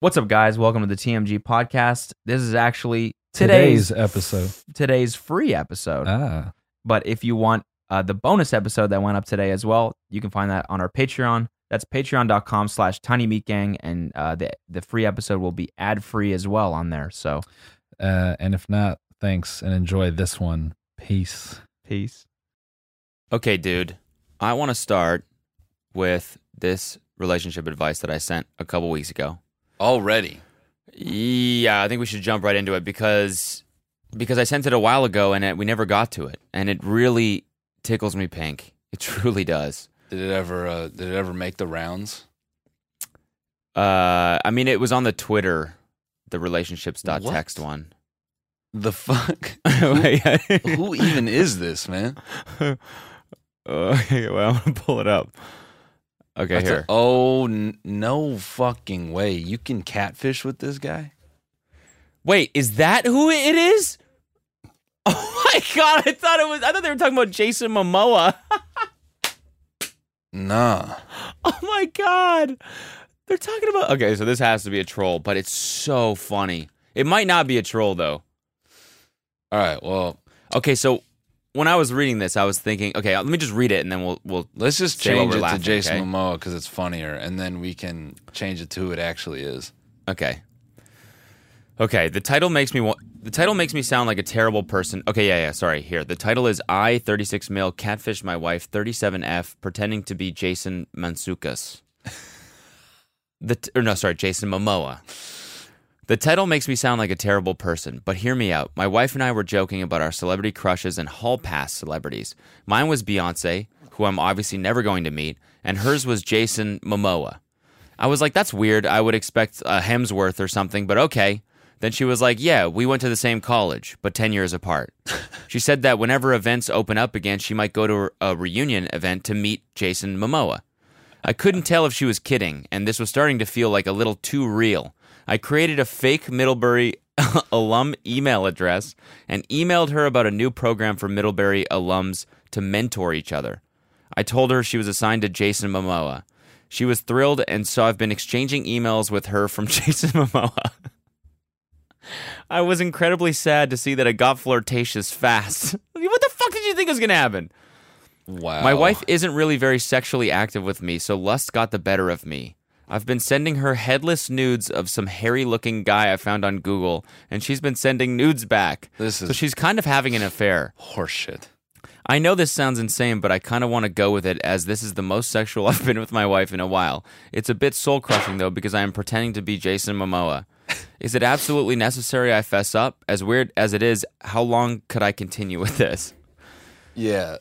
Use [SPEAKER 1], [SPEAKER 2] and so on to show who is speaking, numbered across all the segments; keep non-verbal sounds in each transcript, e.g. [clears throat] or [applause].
[SPEAKER 1] What's up, guys? Welcome to the TMG podcast. This is actually
[SPEAKER 2] Today's
[SPEAKER 1] today's, Uh.
[SPEAKER 2] episode.
[SPEAKER 1] Today's free episode.
[SPEAKER 2] Ah,
[SPEAKER 1] but if you want uh, the bonus episode that went up today as well, you can find that on our Patreon. That's patreon.com slash tiny meat gang. And uh, the, the free episode will be ad free as well on there. So
[SPEAKER 2] uh, and if not, thanks and enjoy this one. Peace.
[SPEAKER 1] peace.
[SPEAKER 3] Okay, dude. I want to start with this relationship advice that I sent a couple weeks ago.
[SPEAKER 4] Already.
[SPEAKER 3] Yeah, I think we should jump right into it because because I sent it a while ago and it, we never got to it, and it really tickles me pink. It [laughs] truly does.
[SPEAKER 4] Did it ever uh, did it ever make the rounds?
[SPEAKER 3] Uh, I mean, it was on the Twitter, the relationships.text
[SPEAKER 4] What?
[SPEAKER 3] one.
[SPEAKER 4] The fuck? [laughs]
[SPEAKER 3] [laughs] Wait,
[SPEAKER 4] Who even is this, man?
[SPEAKER 3] [laughs] okay, well, I'm gonna pull it up. Okay,
[SPEAKER 4] That's a-
[SPEAKER 3] here.
[SPEAKER 4] oh n- no fucking way. You can catfish with this guy?
[SPEAKER 3] Wait, is that who it is? [laughs] Oh my god, I thought it was I thought they were talking about Jason Momoa.
[SPEAKER 4] Nah.
[SPEAKER 3] [laughs] Oh my god. They're talking about Okay, so this has to be a troll, but it's so funny. It might not be a troll though.
[SPEAKER 4] All right. Well,
[SPEAKER 3] Okay, so when I was reading this, I was thinking, okay, let me just read it and then we'll we'll
[SPEAKER 4] let's just
[SPEAKER 3] Say while
[SPEAKER 4] change
[SPEAKER 3] we're
[SPEAKER 4] it
[SPEAKER 3] laughing,
[SPEAKER 4] to Jason
[SPEAKER 3] okay?
[SPEAKER 4] Momoa because it's funnier, and then we can change it to who it actually is.
[SPEAKER 3] Okay. Okay, the title makes me wa- the title makes me sound like a terrible person. Okay, yeah, yeah, sorry. Here. The title is I 36 mil catfish my wife 37F pretending to be Jason Mansukas. The t- or no, sorry, Jason Momoa. The title makes me sound like a terrible person, but hear me out. My wife and I were joking about our celebrity crushes and hall pass celebrities. Mine was Beyonce, who I'm obviously never going to meet, and hers was Jason Momoa. I was like, that's weird. I would expect a Hemsworth or something, but okay. Then she was like, yeah, we went to the same college, but 10 years apart. she said that whenever events open up again, she might go to a reunion event to meet Jason Momoa. I couldn't tell if she was kidding, and this was starting to feel like a little too real. I created a fake Middlebury [laughs] alum email address and emailed her about a new program for Middlebury alums to mentor each other. I told her she was assigned to Jason Momoa. She was thrilled, and so I've been exchanging emails with her from [laughs] Jason Momoa. I was incredibly sad to see that it got flirtatious fast. [laughs] what the fuck did you think was going to happen?
[SPEAKER 4] Wow.
[SPEAKER 3] My wife isn't really very sexually active with me, so lust got the better of me. I've been sending her headless nudes of some hairy looking guy I found on Google, and she's been sending nudes back.
[SPEAKER 4] This
[SPEAKER 3] so
[SPEAKER 4] is-
[SPEAKER 3] she's kind of having an affair.
[SPEAKER 4] Horseshit.
[SPEAKER 3] I know this sounds insane, but I kind of want to go with it as this is the most sexual [laughs] I've been with my wife in a while. It's a bit soul crushing though because I am pretending to be Jason Momoa. Is it absolutely necessary I fess up? As weird as it is, how long could I continue with this?
[SPEAKER 4] Yeah.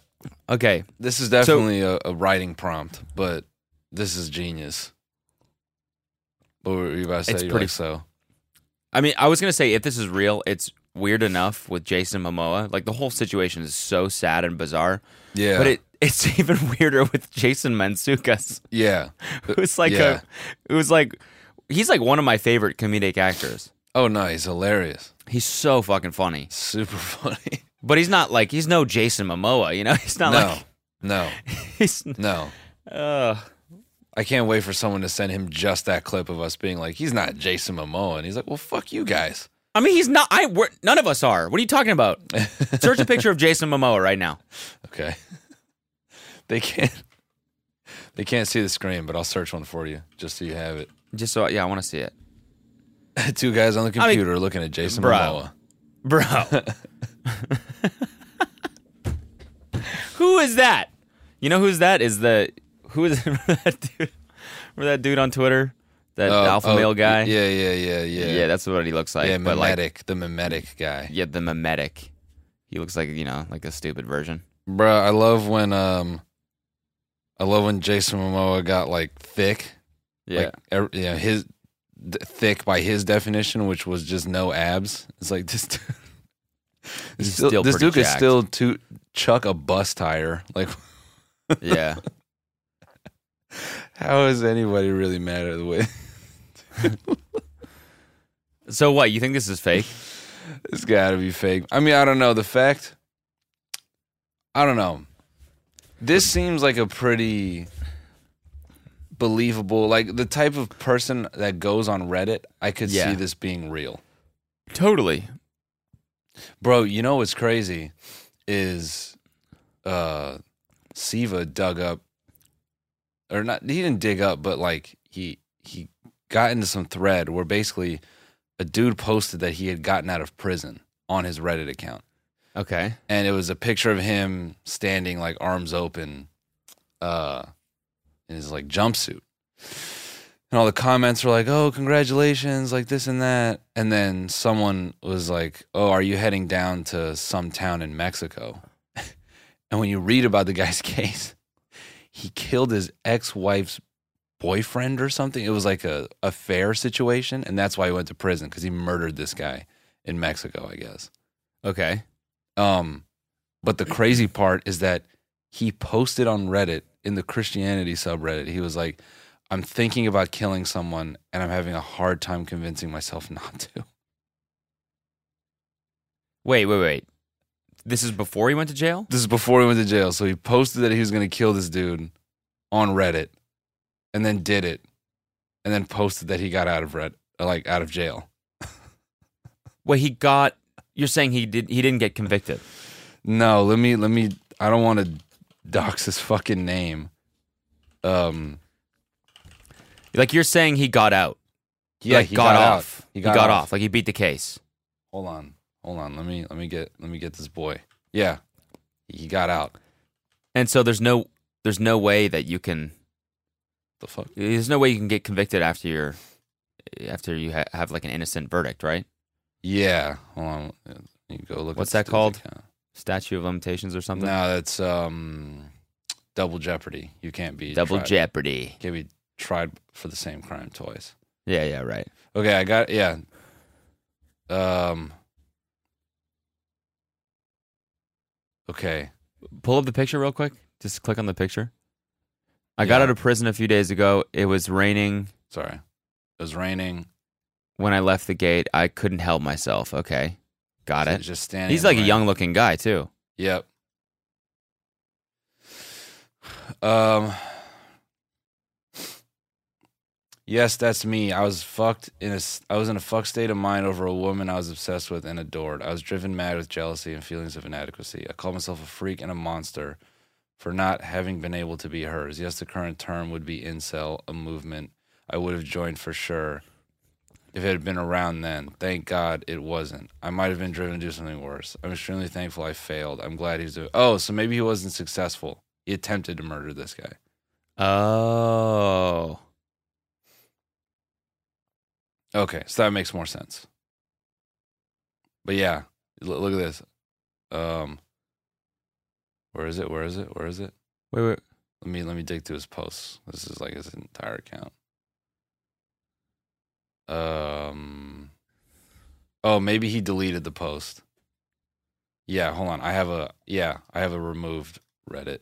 [SPEAKER 3] Okay,
[SPEAKER 4] This is definitely a, a writing prompt, but this is genius. What were you about to say?
[SPEAKER 3] It's
[SPEAKER 4] You're
[SPEAKER 3] pretty-
[SPEAKER 4] like, so.
[SPEAKER 3] I mean, I was gonna say if this is real, it's weird enough with Jason Momoa. Like the whole situation is so sad and bizarre,
[SPEAKER 4] Yeah.
[SPEAKER 3] but it it's [laughs] even weirder with Jason Mansukas,
[SPEAKER 4] yeah.
[SPEAKER 3] who's like
[SPEAKER 4] Yeah.
[SPEAKER 3] a, who's like, he's like one of my favorite comedic actors.
[SPEAKER 4] Oh no, he's hilarious.
[SPEAKER 3] He's so fucking funny,
[SPEAKER 4] Super [laughs] funny.
[SPEAKER 3] but he's not like he's no Jason Momoa, you know. [laughs] He's not
[SPEAKER 4] no,
[SPEAKER 3] like
[SPEAKER 4] no,
[SPEAKER 3] he's.
[SPEAKER 4] no.
[SPEAKER 3] Uh,
[SPEAKER 4] I can't wait for someone to send him just that clip of us being like, he's not Jason Momoa, and he's like, well, fuck you guys.
[SPEAKER 3] I mean, he's not. I we're, none of us are. What are you talking
[SPEAKER 4] [laughs]
[SPEAKER 3] about? Search a picture of Jason Momoa right now.
[SPEAKER 4] Okay. [laughs] they can't. They can't see the screen, but I'll search one for you just so you have it. [laughs]
[SPEAKER 3] Just so yeah, I want to see it,
[SPEAKER 4] Two guys on the
[SPEAKER 3] I mean,
[SPEAKER 4] computer looking at Jason
[SPEAKER 3] bro.
[SPEAKER 4] Momoa. [laughs]
[SPEAKER 3] bro. Who is that? You know who's that? Is the who is [laughs] remember that dude? Remember that dude on Twitter? That
[SPEAKER 4] Oh,
[SPEAKER 3] alpha
[SPEAKER 4] oh,
[SPEAKER 3] male guy?
[SPEAKER 4] Yeah, yeah, yeah, yeah.
[SPEAKER 3] yeah, that's what he looks like.
[SPEAKER 4] yeah,
[SPEAKER 3] but like,
[SPEAKER 4] mimetic, the mimetic guy.
[SPEAKER 3] yeah, the mimetic. He looks like you know, like the stupid version.
[SPEAKER 4] Bro, I love when um, I love when Jason Momoa got like thick.
[SPEAKER 3] Yeah,
[SPEAKER 4] Like, er, you know, his d- thick by his definition, which was just no abs. It's like [laughs] this dude. This,
[SPEAKER 3] He's
[SPEAKER 4] still-
[SPEAKER 3] still
[SPEAKER 4] this
[SPEAKER 3] pretty
[SPEAKER 4] dude could
[SPEAKER 3] jacked.
[SPEAKER 4] still to chuck a bus tire. Like, [laughs]
[SPEAKER 3] yeah.
[SPEAKER 4] how is anybody really mad at the way
[SPEAKER 3] So what? You think this is
[SPEAKER 4] [laughs]
[SPEAKER 3] fake?
[SPEAKER 4] it's got to be fake? I mean, I don't know the fact. I don't know. This seems like a pretty believable. Like the type of person that goes on Reddit, I could
[SPEAKER 3] Yeah.
[SPEAKER 4] see this being real.
[SPEAKER 3] Totally.
[SPEAKER 4] Bro, you know what's crazy is uh Siva dug up or not he didn't dig up, but like he he got into some thread where basically a dude posted that he had gotten out of prison on his Reddit account.
[SPEAKER 3] Okay.
[SPEAKER 4] And it was a picture of him standing like arms open uh in his like jumpsuit. And all the comments were like, "Oh, congratulations!" Like this and that. And then someone was like, "Oh, are you heading down to some town in Mexico?" [laughs] and when you read about the guy's [laughs] case, he killed his ex-wife's boyfriend or something. It was like a affair situation, and that's why he went to prison because he murdered this guy in Mexico, I guess.
[SPEAKER 3] Okay.
[SPEAKER 4] Um, but the crazy part is that he posted on Reddit in the Christianity subreddit. He was like, "I'm thinking about killing someone, and I'm having a hard time convincing myself [laughs] not to."
[SPEAKER 3] Wait, wait, wait. This is before he went to jail?
[SPEAKER 4] This is before he went to jail, so he posted that he was going to kill this dude on Reddit, and then did it, and then posted that he got out of Reddit, like out of jail.
[SPEAKER 3] Wait, he got You're saying he did he didn't get convicted.
[SPEAKER 4] No, let me let me. I don't want to dox his fucking name. Um.
[SPEAKER 3] Like you're saying he got out.
[SPEAKER 4] Yeah,
[SPEAKER 3] like,
[SPEAKER 4] he
[SPEAKER 3] got,
[SPEAKER 4] got out.
[SPEAKER 3] off. He got, off. Like he beat the case.
[SPEAKER 4] hold on hold on let me let me get let me get this boy yeah he got out
[SPEAKER 3] And so there's no there's no way that you can
[SPEAKER 4] the fuck
[SPEAKER 3] there's no way you can get convicted after you're after you ha- have like an innocent verdict, right?
[SPEAKER 4] yeah hold on you go look at
[SPEAKER 3] What's that
[SPEAKER 4] Stupid
[SPEAKER 3] called?
[SPEAKER 4] Count.
[SPEAKER 3] Statue of limitations or something.
[SPEAKER 4] no that's um double jeopardy you can't be
[SPEAKER 3] Double
[SPEAKER 4] tried,
[SPEAKER 3] jeopardy.
[SPEAKER 4] can't be tried for the same crime twice
[SPEAKER 3] Yeah, yeah, right.
[SPEAKER 4] okay i got yeah um okay
[SPEAKER 3] Pull up the picture real quick. Just click on the picture. I got
[SPEAKER 4] Yeah.
[SPEAKER 3] out of prison a few days ago. It was raining
[SPEAKER 4] sorry it was raining
[SPEAKER 3] when I left the gate. I couldn't help myself. Okay. Got
[SPEAKER 4] So
[SPEAKER 3] it.
[SPEAKER 4] just standing
[SPEAKER 3] He's
[SPEAKER 4] in the
[SPEAKER 3] like a
[SPEAKER 4] rain.
[SPEAKER 3] young looking guy, too.
[SPEAKER 4] Yep. Um. Yes, that's me. I was fucked in a. s- I was in a fucked state of mind over a woman I was obsessed with and adored. I was driven mad with jealousy and feelings of inadequacy. I called myself a freak and a monster for not having been able to be hers. Yes, the current term would be incel, a movement I would have joined for sure if it had been around then. Thank God it wasn't. I might have been driven to do something worse. I'm extremely thankful I failed. I'm glad he was. A- oh, so maybe he wasn't successful. He attempted to murder this guy.
[SPEAKER 3] Oh.
[SPEAKER 4] Okay, so that makes more sense. But yeah, l- look at this. Um, where is it? Where is it? Where is it?
[SPEAKER 3] Wait, wait.
[SPEAKER 4] Let me let me dig through his posts. This is like his entire account. Um. Oh, maybe he deleted the post. Yeah, hold on. I have a yeah, I have a removed Reddit.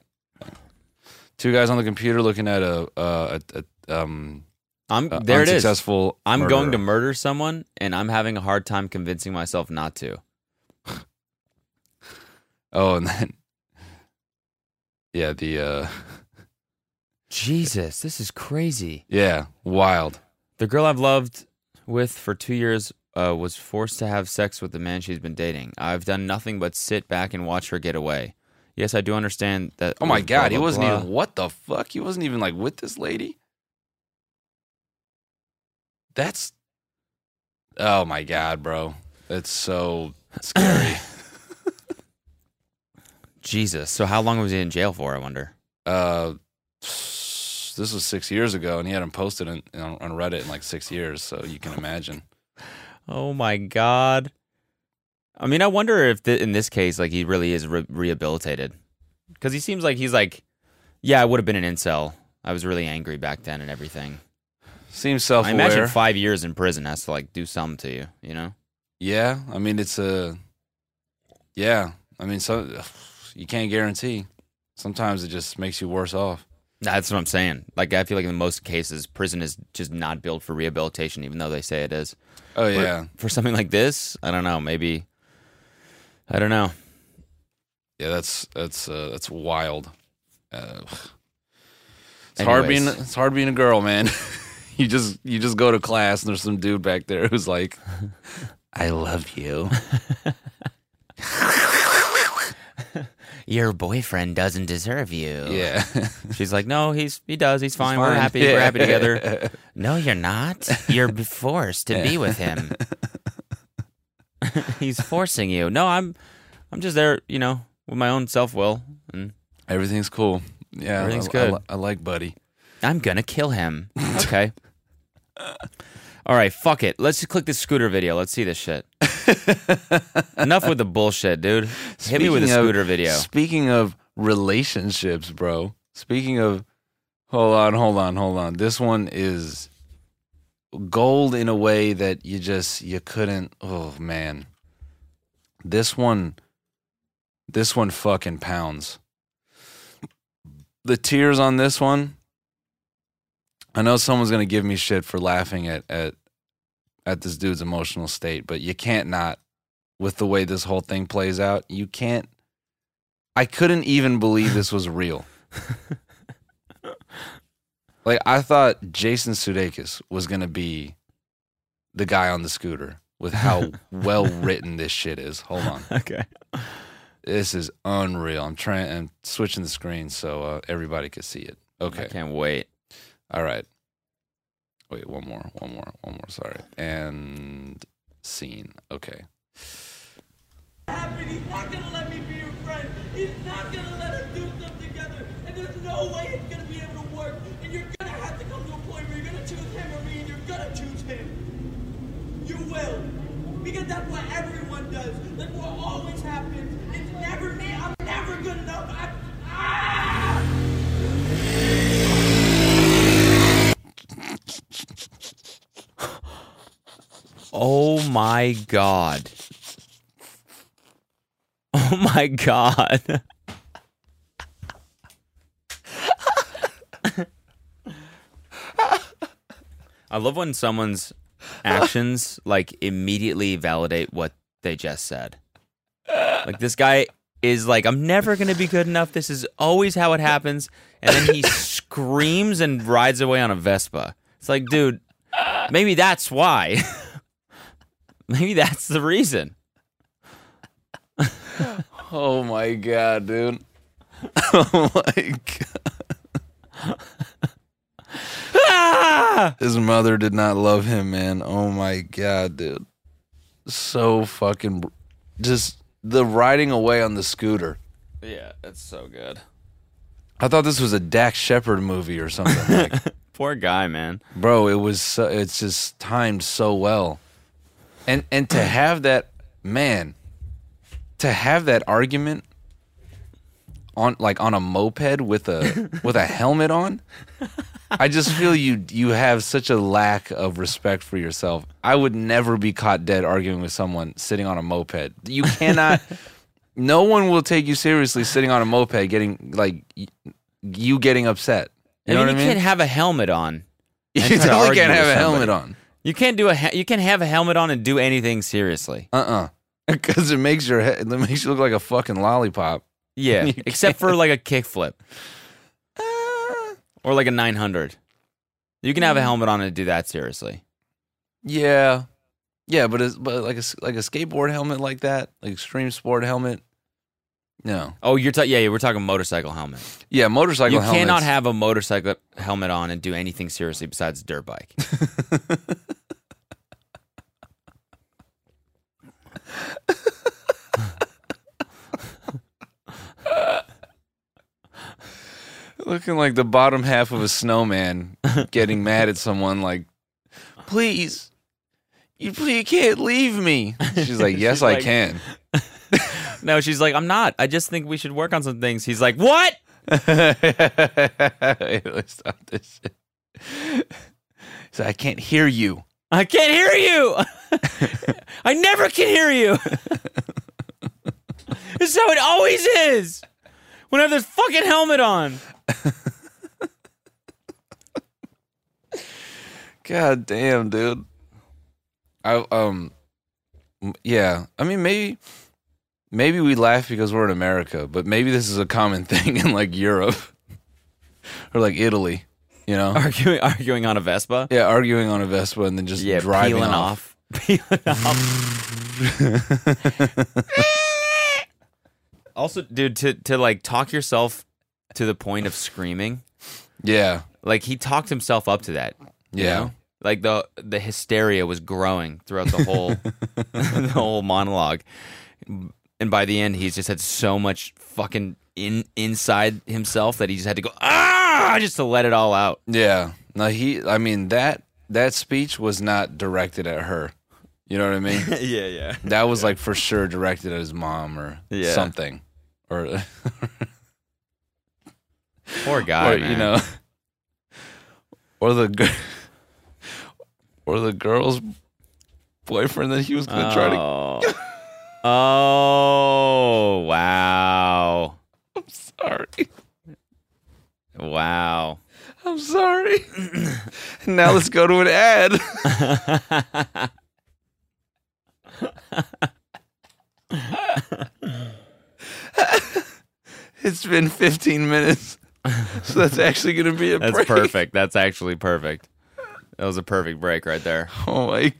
[SPEAKER 4] Two guys on the computer looking at a uh a, a um
[SPEAKER 3] I'm
[SPEAKER 4] a
[SPEAKER 3] there it is.
[SPEAKER 4] unsuccessful
[SPEAKER 3] I'm going to
[SPEAKER 4] murderer.
[SPEAKER 3] murder someone and I'm having a hard time convincing myself not to.
[SPEAKER 4] Oh, and then [laughs] yeah, the uh [laughs]
[SPEAKER 3] Jesus, this is crazy.
[SPEAKER 4] yeah, wild.
[SPEAKER 3] The girl I've loved with for two years uh, was forced to have sex with the man she's been dating. I've done nothing but sit back and watch her get away. Yes, I do understand that.
[SPEAKER 4] Oh my
[SPEAKER 3] blah,
[SPEAKER 4] god, he
[SPEAKER 3] blah,
[SPEAKER 4] wasn't
[SPEAKER 3] blah.
[SPEAKER 4] even what the fuck? He wasn't even like with this lady. That's oh my god, bro. That's so
[SPEAKER 3] [clears throat]
[SPEAKER 4] scary.
[SPEAKER 3] Jesus. So how long was he in jail for? I wonder.
[SPEAKER 4] uh this was six years ago, and he hadn't posted in, on, on Reddit in like six years, so you can imagine.
[SPEAKER 3] Oh my God. I mean, I wonder if th- in this case, like, he really is re- rehabilitated, because he seems like he's like, yeah, I would have been an incel. I was really angry back then and everything.
[SPEAKER 4] Seems self
[SPEAKER 3] I
[SPEAKER 4] aware.
[SPEAKER 3] imagine five years in prison has to like do something to you, you know?
[SPEAKER 4] yeah, I mean it's a yeah. I mean, so you can't guarantee. Sometimes it just makes you worse off.
[SPEAKER 3] That's what I'm saying. Like I feel like in most cases, prison is just not built for rehabilitation, even though they say it is.
[SPEAKER 4] Oh
[SPEAKER 3] But
[SPEAKER 4] yeah,
[SPEAKER 3] For something like this, I don't know. Maybe I don't know.
[SPEAKER 4] Yeah, that's that's uh, that's wild. Uh, It's hard being
[SPEAKER 3] Anyways.
[SPEAKER 4] it's hard being a girl, man. [laughs] you just you just go to class and there's some dude back there who's
[SPEAKER 3] [laughs]
[SPEAKER 4] like, I love you.
[SPEAKER 3] Your boyfriend doesn't deserve you.
[SPEAKER 4] Yeah. [laughs]
[SPEAKER 3] She's like, no, he's he does. He's fine. We're
[SPEAKER 1] fine."
[SPEAKER 3] happy. We're happy together. [laughs] No, you're not. You're be- forced to be with [laughs] him. He's forcing you. No, I'm I'm just there, you know, with my own self will. And
[SPEAKER 4] Everything's cool. Yeah.
[SPEAKER 3] Everything's
[SPEAKER 4] I,
[SPEAKER 3] good.
[SPEAKER 4] I, li- I like Buddy.
[SPEAKER 3] I'm gonna kill him. Okay. All right, fuck it. Let's just click the scooter video. Let's see this
[SPEAKER 4] [laughs]
[SPEAKER 3] shit. Enough with the bullshit, dude. Hit me with a
[SPEAKER 4] Speaking of-
[SPEAKER 3] scooter
[SPEAKER 4] [laughs]
[SPEAKER 3] video.
[SPEAKER 4] Speaking of relationships, bro. Speaking of hold on, hold on, hold on. This one is gold in a way that you just you couldn't oh man. This one this one fucking pounds. The tears on this one. I know someone's gonna give me shit for laughing at at at this dude's emotional state, but you can't not with the way this whole thing plays out. You can't I couldn't even believe this was [laughs] real. like I thought Jason Sudeikis was gonna be the guy on the scooter with [laughs] how well written this shit is. Hold on,
[SPEAKER 3] Okay.
[SPEAKER 4] this is unreal. I'm trying. I'm switching the screen so uh, everybody could see it.
[SPEAKER 3] I
[SPEAKER 4] Okay.
[SPEAKER 3] can't wait.
[SPEAKER 4] All right. Wait, one more, one more, one more. Sorry. And scene. Okay.
[SPEAKER 5] happened. He's not gonna let me be your friend. He's not gonna let us do stuff together. And there's no way it's gonna be able to work. And you're gonna have to come to a point where you're gonna choose him or me, and you're gonna choose him. You will. Because that's what everyone does. That's what always happens. It's never me. I'm never good enough. I, ah!
[SPEAKER 3] Oh my god. Oh my god. I love when someone's actions like immediately validate what they just said. Like this guy is like I'm never going to be good enough. This is always how it happens and then he screams and rides away on a Vespa. It's like, dude, maybe that's why. [laughs] Maybe that's the
[SPEAKER 4] [laughs]
[SPEAKER 3] reason.
[SPEAKER 4] Oh my god, dude. [laughs] oh my god. His mother did not love him, man. Oh my god, dude. So fucking br- just the riding away on the scooter.
[SPEAKER 3] Yeah, that's so good.
[SPEAKER 4] I thought this was a Dax Shepard movie or something. Like,
[SPEAKER 3] Poor guy, man.
[SPEAKER 4] bro, it was so, it's just timed so well. And and to have that man to have that argument on like on a moped with a with a helmet on I just feel you you have such a lack of respect for yourself. I would never be caught dead arguing with someone sitting on a moped. You cannot no one will take you seriously sitting on a moped getting like y- you getting upset. You know
[SPEAKER 3] I mean,
[SPEAKER 4] what I
[SPEAKER 3] you
[SPEAKER 4] mean?
[SPEAKER 3] can't have a helmet on.
[SPEAKER 4] [laughs] You
[SPEAKER 3] and try to
[SPEAKER 4] definitely
[SPEAKER 3] argue
[SPEAKER 4] can't
[SPEAKER 3] with
[SPEAKER 4] have a
[SPEAKER 3] somebody.
[SPEAKER 4] helmet on.
[SPEAKER 3] You can't do a. Ha- you can't have a helmet on and do anything seriously.
[SPEAKER 4] Uh uh Because it makes your head, it makes you look like a fucking lollipop.
[SPEAKER 3] Yeah,
[SPEAKER 4] [laughs] You
[SPEAKER 3] except for like a kickflip
[SPEAKER 4] Uh,
[SPEAKER 3] or like a 900. You can have
[SPEAKER 4] Mm.
[SPEAKER 3] a helmet on and do that seriously.
[SPEAKER 4] Yeah, yeah, but it's, but like a s- like a skateboard helmet like that, like extreme sport helmet. No,
[SPEAKER 3] Oh, you're ta- yeah, yeah, we're talking motorcycle helmet.
[SPEAKER 4] yeah, motorcycle.
[SPEAKER 3] you cannot
[SPEAKER 4] helmets.
[SPEAKER 3] have a motorcycle helmet on and do anything seriously besides dirt bike. [laughs]
[SPEAKER 4] looking like the bottom half of a
[SPEAKER 3] [laughs]
[SPEAKER 4] snowman getting mad at someone. Like, please, you please you can't leave me.
[SPEAKER 3] [laughs]
[SPEAKER 4] She's like, yes, I
[SPEAKER 3] like-
[SPEAKER 4] can.
[SPEAKER 3] no, she's like, I'm not. I just think we should work on some things. He's like, what?
[SPEAKER 4] [laughs] Wait, let's stop this shit. So I can't hear you.
[SPEAKER 3] I can't hear [laughs] you. I never can hear [laughs] you. it's how it always is. When I have this fucking helmet on.
[SPEAKER 4] God damn, dude. I um m- yeah, I mean maybe maybe we laugh because [laughs] we're in America, but maybe this is a common thing in like Europe or like Italy. you know? [laughs]
[SPEAKER 3] arguing arguing on a Vespa.
[SPEAKER 4] Yeah, arguing on a Vespa and then just
[SPEAKER 3] yeah,
[SPEAKER 4] driving
[SPEAKER 3] peeling
[SPEAKER 4] off.
[SPEAKER 3] off. [laughs] Peeling off. [laughs] also, dude, to to like talk yourself to the point of screaming,
[SPEAKER 4] Yeah,
[SPEAKER 3] like he talked himself up to that. you
[SPEAKER 4] yeah.
[SPEAKER 3] know? Like the the hysteria was growing throughout the
[SPEAKER 4] [laughs]
[SPEAKER 3] whole [laughs] the whole monologue. And by the end he's just had so much fucking in inside himself that he just had to go ah just to let it all
[SPEAKER 4] [laughs]
[SPEAKER 3] out.
[SPEAKER 4] Yeah. No, he. I mean that that speech was not directed at her. You know what I mean?
[SPEAKER 3] yeah, yeah.
[SPEAKER 4] That was like for sure directed at his mom or
[SPEAKER 3] Yeah.
[SPEAKER 4] something, or, [laughs]
[SPEAKER 3] Poor guy,
[SPEAKER 4] or you
[SPEAKER 3] man.
[SPEAKER 4] know, or the gir- or the girl's boyfriend that he was gonna try to.
[SPEAKER 3] oh. oh, wow.
[SPEAKER 4] Sorry,
[SPEAKER 3] Wow.
[SPEAKER 4] [laughs] I'm sorry. [laughs] now let's go to an ad. [laughs] it's been 15 minutes, [laughs] so that's actually gonna be a
[SPEAKER 3] That's
[SPEAKER 4] break.
[SPEAKER 3] perfect. That's actually perfect. That was a perfect break right there.
[SPEAKER 4] [laughs] Oh my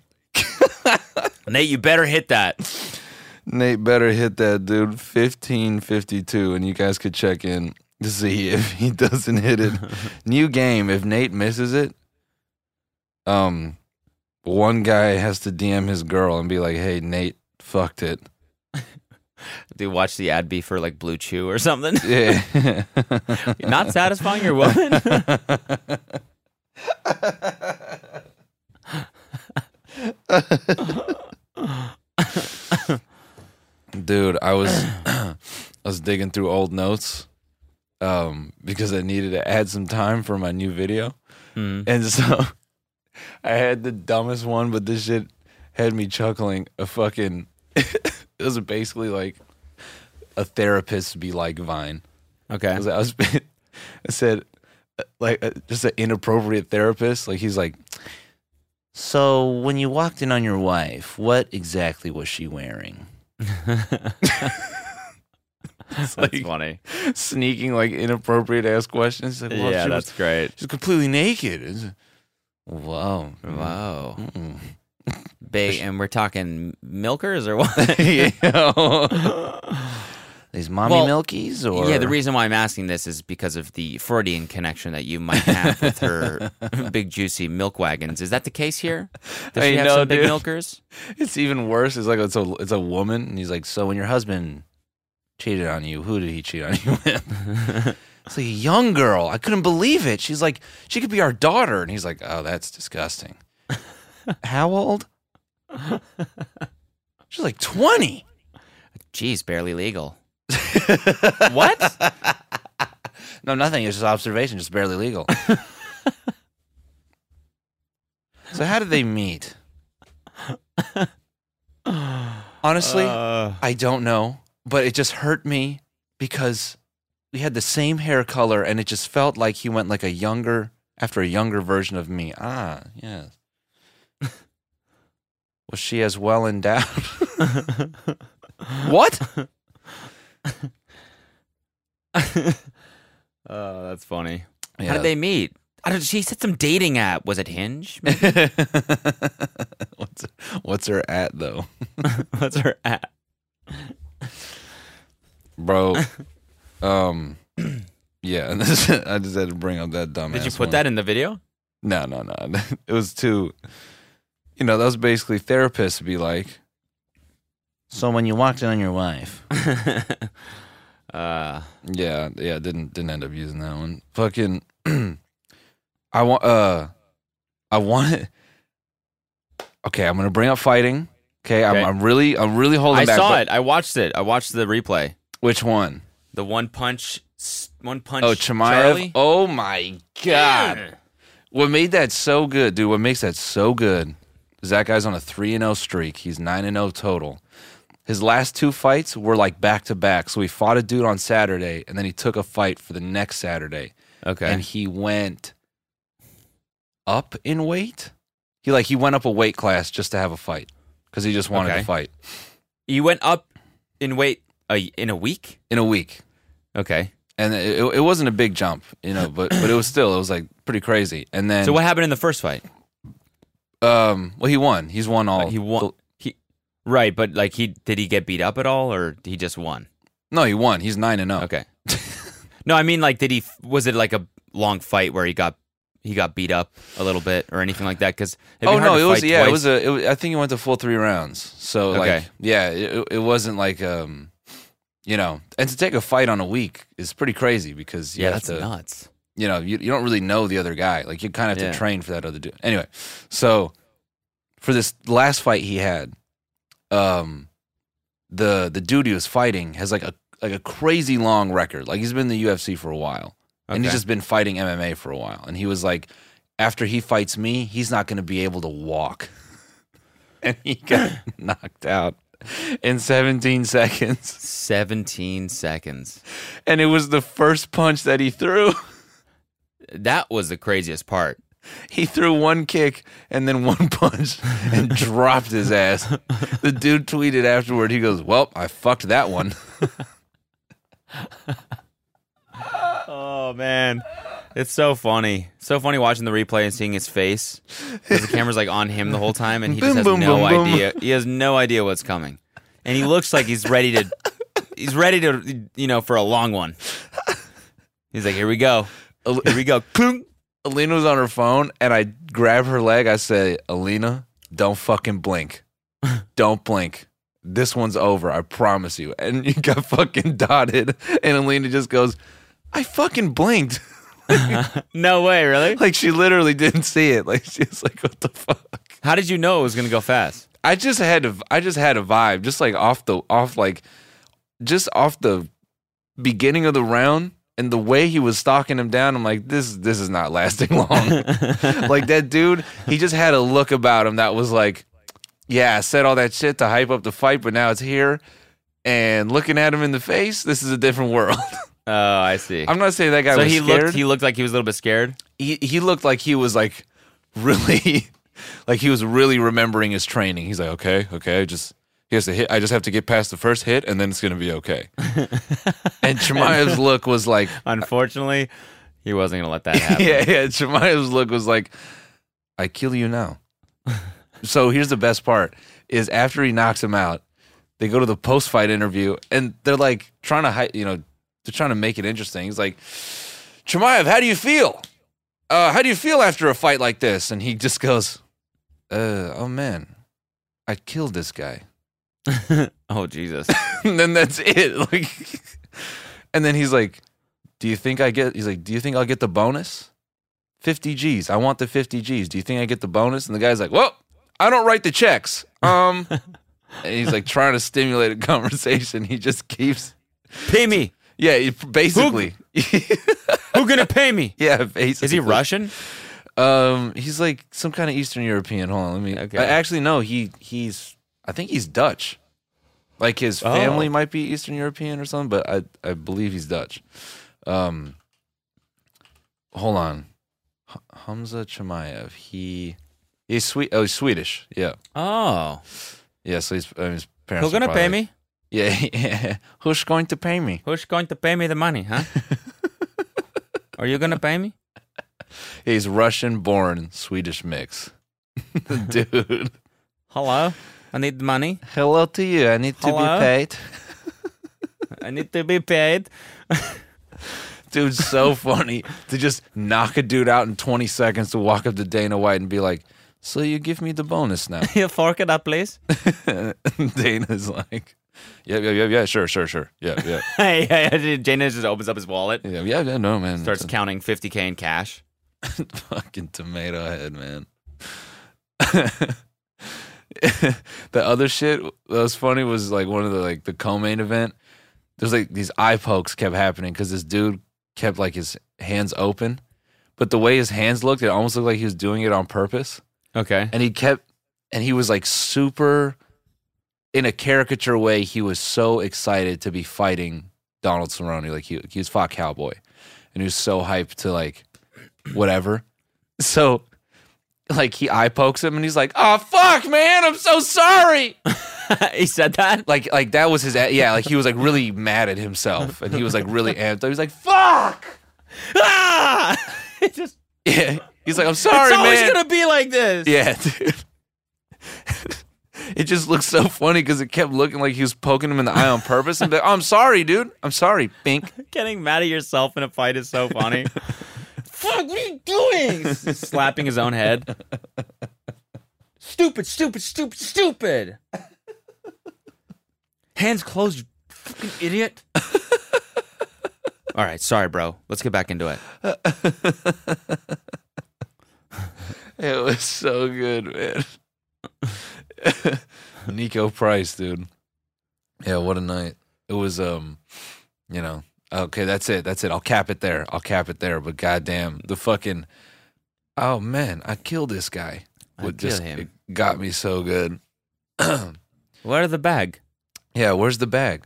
[SPEAKER 3] Nate, you better hit that.
[SPEAKER 4] Nate better hit that dude 1552 and you guys could check in to see [laughs] if he doesn't hit it. New game if Nate misses it um one guy has to DM his girl and be like, "Hey Nate, fucked it."
[SPEAKER 3] Dude, watch the ad be for like Blue Chew or something. [laughs]
[SPEAKER 4] Yeah.
[SPEAKER 3] Not satisfying your woman.
[SPEAKER 4] [laughs] Dude, I was [clears throat] I was digging through old notes um because I needed to add some time for my new video. And so [laughs] I had the dumbest one, but this shit had me chuckling. A fucking [laughs] it was basically like a therapist be like Vine.
[SPEAKER 3] [laughs] Okay.
[SPEAKER 4] I was, [laughs] I was- I said, uh, like, uh, just an inappropriate therapist. Like, he's like, so when you walked in on your wife, what exactly was she wearing? [laughs]
[SPEAKER 3] [laughs] That's funny.
[SPEAKER 4] Sneaking like inappropriate ass questions. He's Like, well,
[SPEAKER 3] yeah,
[SPEAKER 4] she
[SPEAKER 3] that's
[SPEAKER 4] was,
[SPEAKER 3] great.
[SPEAKER 4] she's completely naked. It's, wow,
[SPEAKER 3] Wow.
[SPEAKER 4] Mm. Mm-mm.
[SPEAKER 3] Big, and we're talking milkers or what?
[SPEAKER 4] [laughs] You know? These mommy
[SPEAKER 3] Well,
[SPEAKER 4] milkies, or
[SPEAKER 3] [laughs] Yeah, the reason why I'm asking this is because of the Freudian connection that you might have with
[SPEAKER 4] [laughs]
[SPEAKER 3] her big juicy milk wagons. Is that the case here? Does
[SPEAKER 4] Hey,
[SPEAKER 3] she have
[SPEAKER 4] no,
[SPEAKER 3] some big
[SPEAKER 4] dude.
[SPEAKER 3] milkers?
[SPEAKER 4] it's even worse. It's like it's a it's a woman, and he's like, so when your husband cheated on you, who did he cheat on you with?
[SPEAKER 3] [laughs]
[SPEAKER 4] it's like a young girl. I couldn't believe it. She's like, she could be our daughter, and he's like, oh,
[SPEAKER 3] [laughs]
[SPEAKER 4] that's disgusting. How old? She's like twenty.
[SPEAKER 3] Geez, barely
[SPEAKER 4] [laughs]
[SPEAKER 3] legal. what?
[SPEAKER 4] No, nothing. It's just observation, just barely
[SPEAKER 3] [laughs]
[SPEAKER 4] legal. so how did they meet? Honestly,
[SPEAKER 3] Uh. [laughs]
[SPEAKER 4] [laughs] I don't know, but it just hurt me because we had the same hair color and it just felt like he went like a younger after a younger version of me. Ah,
[SPEAKER 3] [laughs]
[SPEAKER 4] yes. Was she as
[SPEAKER 3] [laughs]
[SPEAKER 4] well endowed? what?
[SPEAKER 3] Oh,
[SPEAKER 4] uh,
[SPEAKER 3] that's funny. How
[SPEAKER 4] Yeah.
[SPEAKER 3] did they meet? I don't, she said some dating app. Was it [laughs] Hinge? Maybe
[SPEAKER 4] [laughs] what's what's her at though?
[SPEAKER 3] That's her app.
[SPEAKER 4] bro. um, [clears throat] yeah, [laughs] and this, I just had to bring up that dumbass.
[SPEAKER 3] Did you put that in the [laughs] video?
[SPEAKER 4] No, no, no. [laughs] It was too. You know, that was basically therapists be like. So when you walked in on your wife.
[SPEAKER 3] Uh,
[SPEAKER 4] [laughs] Yeah, yeah. Didn't didn't end up using that one. Fucking. [clears throat] I want. Uh, I want. Okay, I'm gonna bring up fighting. Okay, I'm,
[SPEAKER 3] Okay.
[SPEAKER 4] I'm really, I'm really holding
[SPEAKER 3] I
[SPEAKER 4] back.
[SPEAKER 3] saw
[SPEAKER 4] but-
[SPEAKER 3] it. I watched it. I watched the replay.
[SPEAKER 4] Which one?
[SPEAKER 3] The one punch, s- one punch.
[SPEAKER 4] Oh, Chimaev.
[SPEAKER 3] Charlie.
[SPEAKER 4] Oh my god. What made that so good, dude? What makes that so good is that guy's on a 3 and 0 streak. He's 9 and 0 total. His last two fights were like back to back. So he fought a dude on Saturday and then he took a fight for the next Saturday
[SPEAKER 3] Okay.
[SPEAKER 4] and he went up in weight. He like he went up a weight class just to have a fight cuz he just wanted
[SPEAKER 3] Okay.
[SPEAKER 4] to fight
[SPEAKER 3] You went up in weight a, in a week?
[SPEAKER 4] in a week.
[SPEAKER 3] Okay.
[SPEAKER 4] and it, it wasn't a big jump, you know, but but it was still it was like pretty crazy. And then
[SPEAKER 3] So what happened in the first fight?
[SPEAKER 4] Um, well, he won. He's won all.
[SPEAKER 3] Like, he won. He right, but like he did he get beat up at all, or he just won?
[SPEAKER 4] No, he won. He's nine [laughs] and oh. zero.
[SPEAKER 3] Okay. no, I mean like did he? Was it like a long fight where he got he got beat up a little bit or anything like that? Because
[SPEAKER 4] Oh no, it was yeah, it was a. It was, I think he went to full three rounds. So
[SPEAKER 3] Okay.
[SPEAKER 4] like yeah, it, it wasn't like um, you know, and to take a fight on a week is pretty crazy because you
[SPEAKER 3] yeah,
[SPEAKER 4] have
[SPEAKER 3] that's
[SPEAKER 4] to,
[SPEAKER 3] nuts.
[SPEAKER 4] you know, you, you don't really know the other guy. Like you kind of have
[SPEAKER 3] Yeah.
[SPEAKER 4] to train for that other dude. Anyway, so for this last fight he had, um, the the dude he was fighting has like a like a crazy long record. Like he's been in the UFC for a while, and he's
[SPEAKER 3] Okay.
[SPEAKER 4] just been fighting MMA for a while. And he was like, after he fights me, he's not going to be able to walk, [laughs] and he got [laughs] knocked out in 17 seconds.
[SPEAKER 3] Seventeen seconds.
[SPEAKER 4] And it was the first punch that he threw. [laughs]
[SPEAKER 3] That was the craziest part.
[SPEAKER 4] He threw one kick and then one [laughs] punch and dropped his ass. The dude tweeted afterward, he goes, Well, I fucked that one.
[SPEAKER 3] Oh man, it's so funny. So funny watching the replay and seeing his face because the camera's like on him the whole time, and he just
[SPEAKER 4] Boom,
[SPEAKER 3] has
[SPEAKER 4] boom,
[SPEAKER 3] no
[SPEAKER 4] boom, boom.
[SPEAKER 3] idea. He has no idea what's coming, and he looks like he's ready to. He's ready to, you know, for a long one. He's like, "Here we go, here we
[SPEAKER 4] [laughs]
[SPEAKER 3] go." Clunk.
[SPEAKER 4] Alina was on her phone and I grabbed her leg. I said, Alina, don't fucking blink. Don't blink. This one's over. I promise you. And [laughs] you got fucking dotted. And Alina just goes, I fucking blinked. [laughs]
[SPEAKER 3] No way, really?
[SPEAKER 4] Like she literally didn't see it. Like [laughs] she's like, What the fuck?
[SPEAKER 3] How did you know it was gonna go fast? [laughs]
[SPEAKER 4] I just had a, I just had a vibe, just like off the off like just off the beginning of the round and the way he was stalking him down. I'm like, this this is not lasting [laughs] long.
[SPEAKER 3] Oh,
[SPEAKER 4] like that dude, he just had a look about him that was like, yeah, I said all that shit to hype up the fight, but now it's here. And looking at him in the face, this is a different world. [laughs]
[SPEAKER 3] Oh, I see.
[SPEAKER 4] I'm not saying that guy
[SPEAKER 3] so
[SPEAKER 4] was
[SPEAKER 3] he
[SPEAKER 4] scared.
[SPEAKER 3] looked. He looked like he was a little bit scared.
[SPEAKER 4] he he looked like he was like really [laughs] like he was really remembering his training. He's like, okay, okay, I just he has to hit. I just have to get past the first hit, and then it's gonna be okay. and Chimaev's look was like,
[SPEAKER 3] Unfortunately, he wasn't gonna let
[SPEAKER 4] [laughs]
[SPEAKER 3] that happen.
[SPEAKER 4] yeah, yeah. Chimaev's look was like, I kill you now. so here's the best part: is after he knocks him out, they go to the post fight interview, and they're like trying to hide, you know, they're trying to make it interesting. He's like, Chimaev, how do you feel? Uh, how do you feel after a fight like this? And he just goes, uh, Oh man, I killed this guy.
[SPEAKER 3] Oh Jesus.
[SPEAKER 4] and [laughs] then that's it. Like, and then he's like, "Do you think I get?" He's like, "Do you think I'll get the bonus? Fifty G's. I want the fifty G's. Do you think I get the bonus?" And the guy's like, "Well, I don't write the checks."
[SPEAKER 3] [laughs]
[SPEAKER 4] Um, and he's like trying to stimulate a conversation. He just keeps,
[SPEAKER 3] Pay me.
[SPEAKER 4] yeah, he- basically,
[SPEAKER 3] Who gonna pay me?
[SPEAKER 4] yeah, basically.
[SPEAKER 3] Is he Russian?
[SPEAKER 4] Um, he's like some kind of Eastern European. Hold on, let me.
[SPEAKER 3] Okay.
[SPEAKER 4] I actually no, he he's I think he's Dutch. Like his family
[SPEAKER 3] Oh.
[SPEAKER 4] might be Eastern European or something, but I I believe he's Dutch. Um, hold on, H- Hamza Chimaev. He he's sweet. Oh, he's Swedish. Yeah,
[SPEAKER 3] Oh,
[SPEAKER 4] yeah. So he's I mean, his parents.
[SPEAKER 3] who's
[SPEAKER 4] are
[SPEAKER 3] gonna
[SPEAKER 4] probably
[SPEAKER 3] pay
[SPEAKER 4] like-
[SPEAKER 3] me?
[SPEAKER 4] Yeah, [laughs] yeah. Who's going to pay me?
[SPEAKER 3] Who's going to pay me the money, [laughs] huh? Are you gonna pay me?
[SPEAKER 4] He's Russian-born Swedish mix. [laughs] Dude,
[SPEAKER 3] Hello, I need money.
[SPEAKER 4] [laughs] hello to you. I need to
[SPEAKER 3] Hello?
[SPEAKER 4] be paid.
[SPEAKER 3] I need to be paid. [laughs]
[SPEAKER 4] Dude's so [laughs] funny to just knock a dude out in 20 seconds to walk up to Dana White and be like, So you give me the bonus now? [laughs]
[SPEAKER 3] You fork it up, please.
[SPEAKER 4] And Dana's like, Yeah, yeah, yeah, yeah, sure, sure, sure. Yeah, yeah.
[SPEAKER 3] Hey, [laughs] yeah, yeah. Jana just opens up his wallet,
[SPEAKER 4] Yeah, yeah, yeah no, man.
[SPEAKER 3] starts
[SPEAKER 4] It's
[SPEAKER 3] counting 50k in cash.
[SPEAKER 4] a [laughs] fucking tomato head, man. [laughs] the other shit that was funny was like one of the like the co-main event. There's like these eye pokes kept happening because this dude kept like his hands open, but the way his hands looked, it almost looked like he was doing it on purpose.
[SPEAKER 3] Okay.
[SPEAKER 4] and he kept and he was like super in a caricature way he was so excited to be fighting donald cerrone like he, he was fought cowboy and he was so hyped to like whatever so like he eye pokes him and he's like oh fuck man i'm so sorry
[SPEAKER 3] [laughs] he said that. [laughs]
[SPEAKER 4] Like like that was his a- yeah. Like he was like really mad at himself, and he was like really amped. He was like, "Fuck!" [laughs]
[SPEAKER 3] [laughs] Ah! It's just
[SPEAKER 4] Yeah. He's like, "I'm sorry,
[SPEAKER 3] it's always
[SPEAKER 4] man."
[SPEAKER 3] gonna be like this.
[SPEAKER 4] Yeah, [laughs] dude. it just looked so funny because it kept looking like he was poking him in the eye on purpose. And be like, oh, I'm sorry, dude. I'm sorry, Bink.
[SPEAKER 3] Getting mad at yourself in a fight is so funny. [laughs] Fuck, what are you doing? S- Slapping his own head. Stupid, stupid, stupid, stupid. Hands closed, you fucking idiot. All right, sorry, bro. Let's get back into it.
[SPEAKER 4] [laughs] It was so good, man. [laughs] Nico Price, dude. Yeah, what a night. It was um, you know, okay, that's it. That's it. I'll cap it there. I'll cap it there. But goddamn, the fucking oh man, I killed this guy.
[SPEAKER 3] I
[SPEAKER 4] What
[SPEAKER 3] killed
[SPEAKER 4] just
[SPEAKER 3] him.
[SPEAKER 4] it got me so good.
[SPEAKER 3] Where the bag?
[SPEAKER 4] Yeah, where's the bag?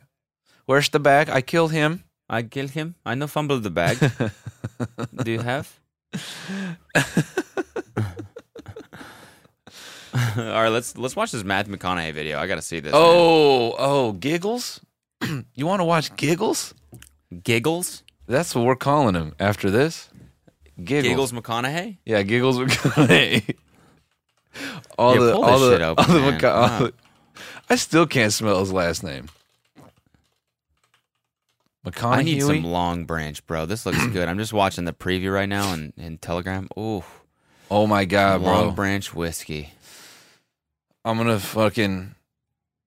[SPEAKER 4] Where's the bag? I killed him.
[SPEAKER 3] I killed him. I no fumbled the bag. Do you have? [laughs] All right, let's let's watch this Matthew McConaughey video. I gotta see this. man.
[SPEAKER 4] Oh, oh, giggles. [clears throat] you want to watch giggles?
[SPEAKER 3] giggles,
[SPEAKER 4] That's what we're calling him after this.
[SPEAKER 3] giggles
[SPEAKER 4] Giggles.
[SPEAKER 3] McConaughey.
[SPEAKER 4] Yeah, giggles [laughs] McConaughey. all
[SPEAKER 3] Yeah,
[SPEAKER 4] the
[SPEAKER 3] pull
[SPEAKER 4] all
[SPEAKER 3] this
[SPEAKER 4] the,
[SPEAKER 3] shit open,
[SPEAKER 4] all the
[SPEAKER 3] man.
[SPEAKER 4] McCo- all
[SPEAKER 3] Wow.
[SPEAKER 4] the- I still can't smell his last name. McConaughey.
[SPEAKER 3] I need some Long Branch, bro. This looks good. I'm just watching the preview right now in, in Telegram. Ooh,
[SPEAKER 4] oh my god, bro!
[SPEAKER 3] Long Branch whiskey.
[SPEAKER 4] I'm gonna fucking.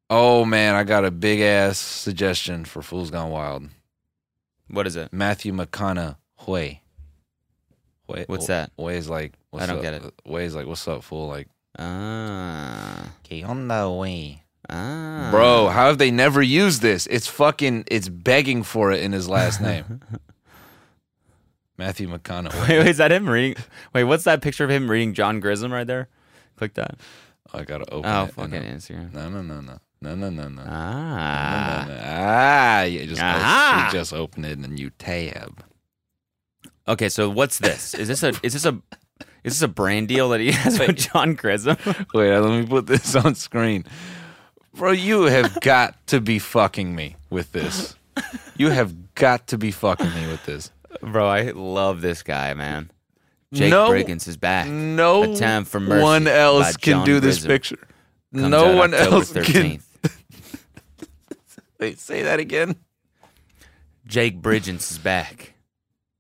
[SPEAKER 4] Oh man, I got a big ass suggestion for Fools Gone Wild.
[SPEAKER 3] What is it?
[SPEAKER 4] Matthew McConaughey. Way,
[SPEAKER 3] What's that?
[SPEAKER 4] Way is like. What's
[SPEAKER 3] don't
[SPEAKER 4] up?
[SPEAKER 3] get it.
[SPEAKER 4] Way is like, what's up, fool? Like,
[SPEAKER 3] Ah,
[SPEAKER 4] get on the way.
[SPEAKER 3] ah,
[SPEAKER 4] Bro, how have they never used this? It's fucking, it's begging for it in his
[SPEAKER 3] [laughs]
[SPEAKER 4] last name. Matthew McConaughey.
[SPEAKER 3] [laughs] Wait, wait, is that him reading? Wait, what's that picture of him reading John Grism right there? Click that.
[SPEAKER 4] I gotta open
[SPEAKER 3] Oh,
[SPEAKER 4] it.
[SPEAKER 3] fucking
[SPEAKER 4] No,
[SPEAKER 3] Instagram.
[SPEAKER 4] No, no, no, no. No, no, no, no.
[SPEAKER 3] Ah.
[SPEAKER 4] No, no, no. Ah, you just,
[SPEAKER 3] Aha.
[SPEAKER 4] you just open it in a new tab.
[SPEAKER 3] Okay, so what's this? Is this a is this a is this a brand deal that he [laughs] has with John Grissom? [laughs]
[SPEAKER 4] Wait, let me put this [laughs] on screen. Bro, you
[SPEAKER 3] [laughs]
[SPEAKER 4] have got to be fucking me with this. You have got to be fucking me with this.
[SPEAKER 3] Bro, I love this guy, man. Jake
[SPEAKER 4] No-
[SPEAKER 3] Briggins is back.
[SPEAKER 4] No
[SPEAKER 3] A Time for Mercy
[SPEAKER 4] one else
[SPEAKER 3] by
[SPEAKER 4] can
[SPEAKER 3] John
[SPEAKER 4] do this
[SPEAKER 3] Grissom.
[SPEAKER 4] picture.
[SPEAKER 3] Comes
[SPEAKER 4] no
[SPEAKER 3] out
[SPEAKER 4] one
[SPEAKER 3] October
[SPEAKER 4] else
[SPEAKER 3] 13th.
[SPEAKER 4] can. [laughs] Wait, say that again.
[SPEAKER 3] Jake Briggins is back.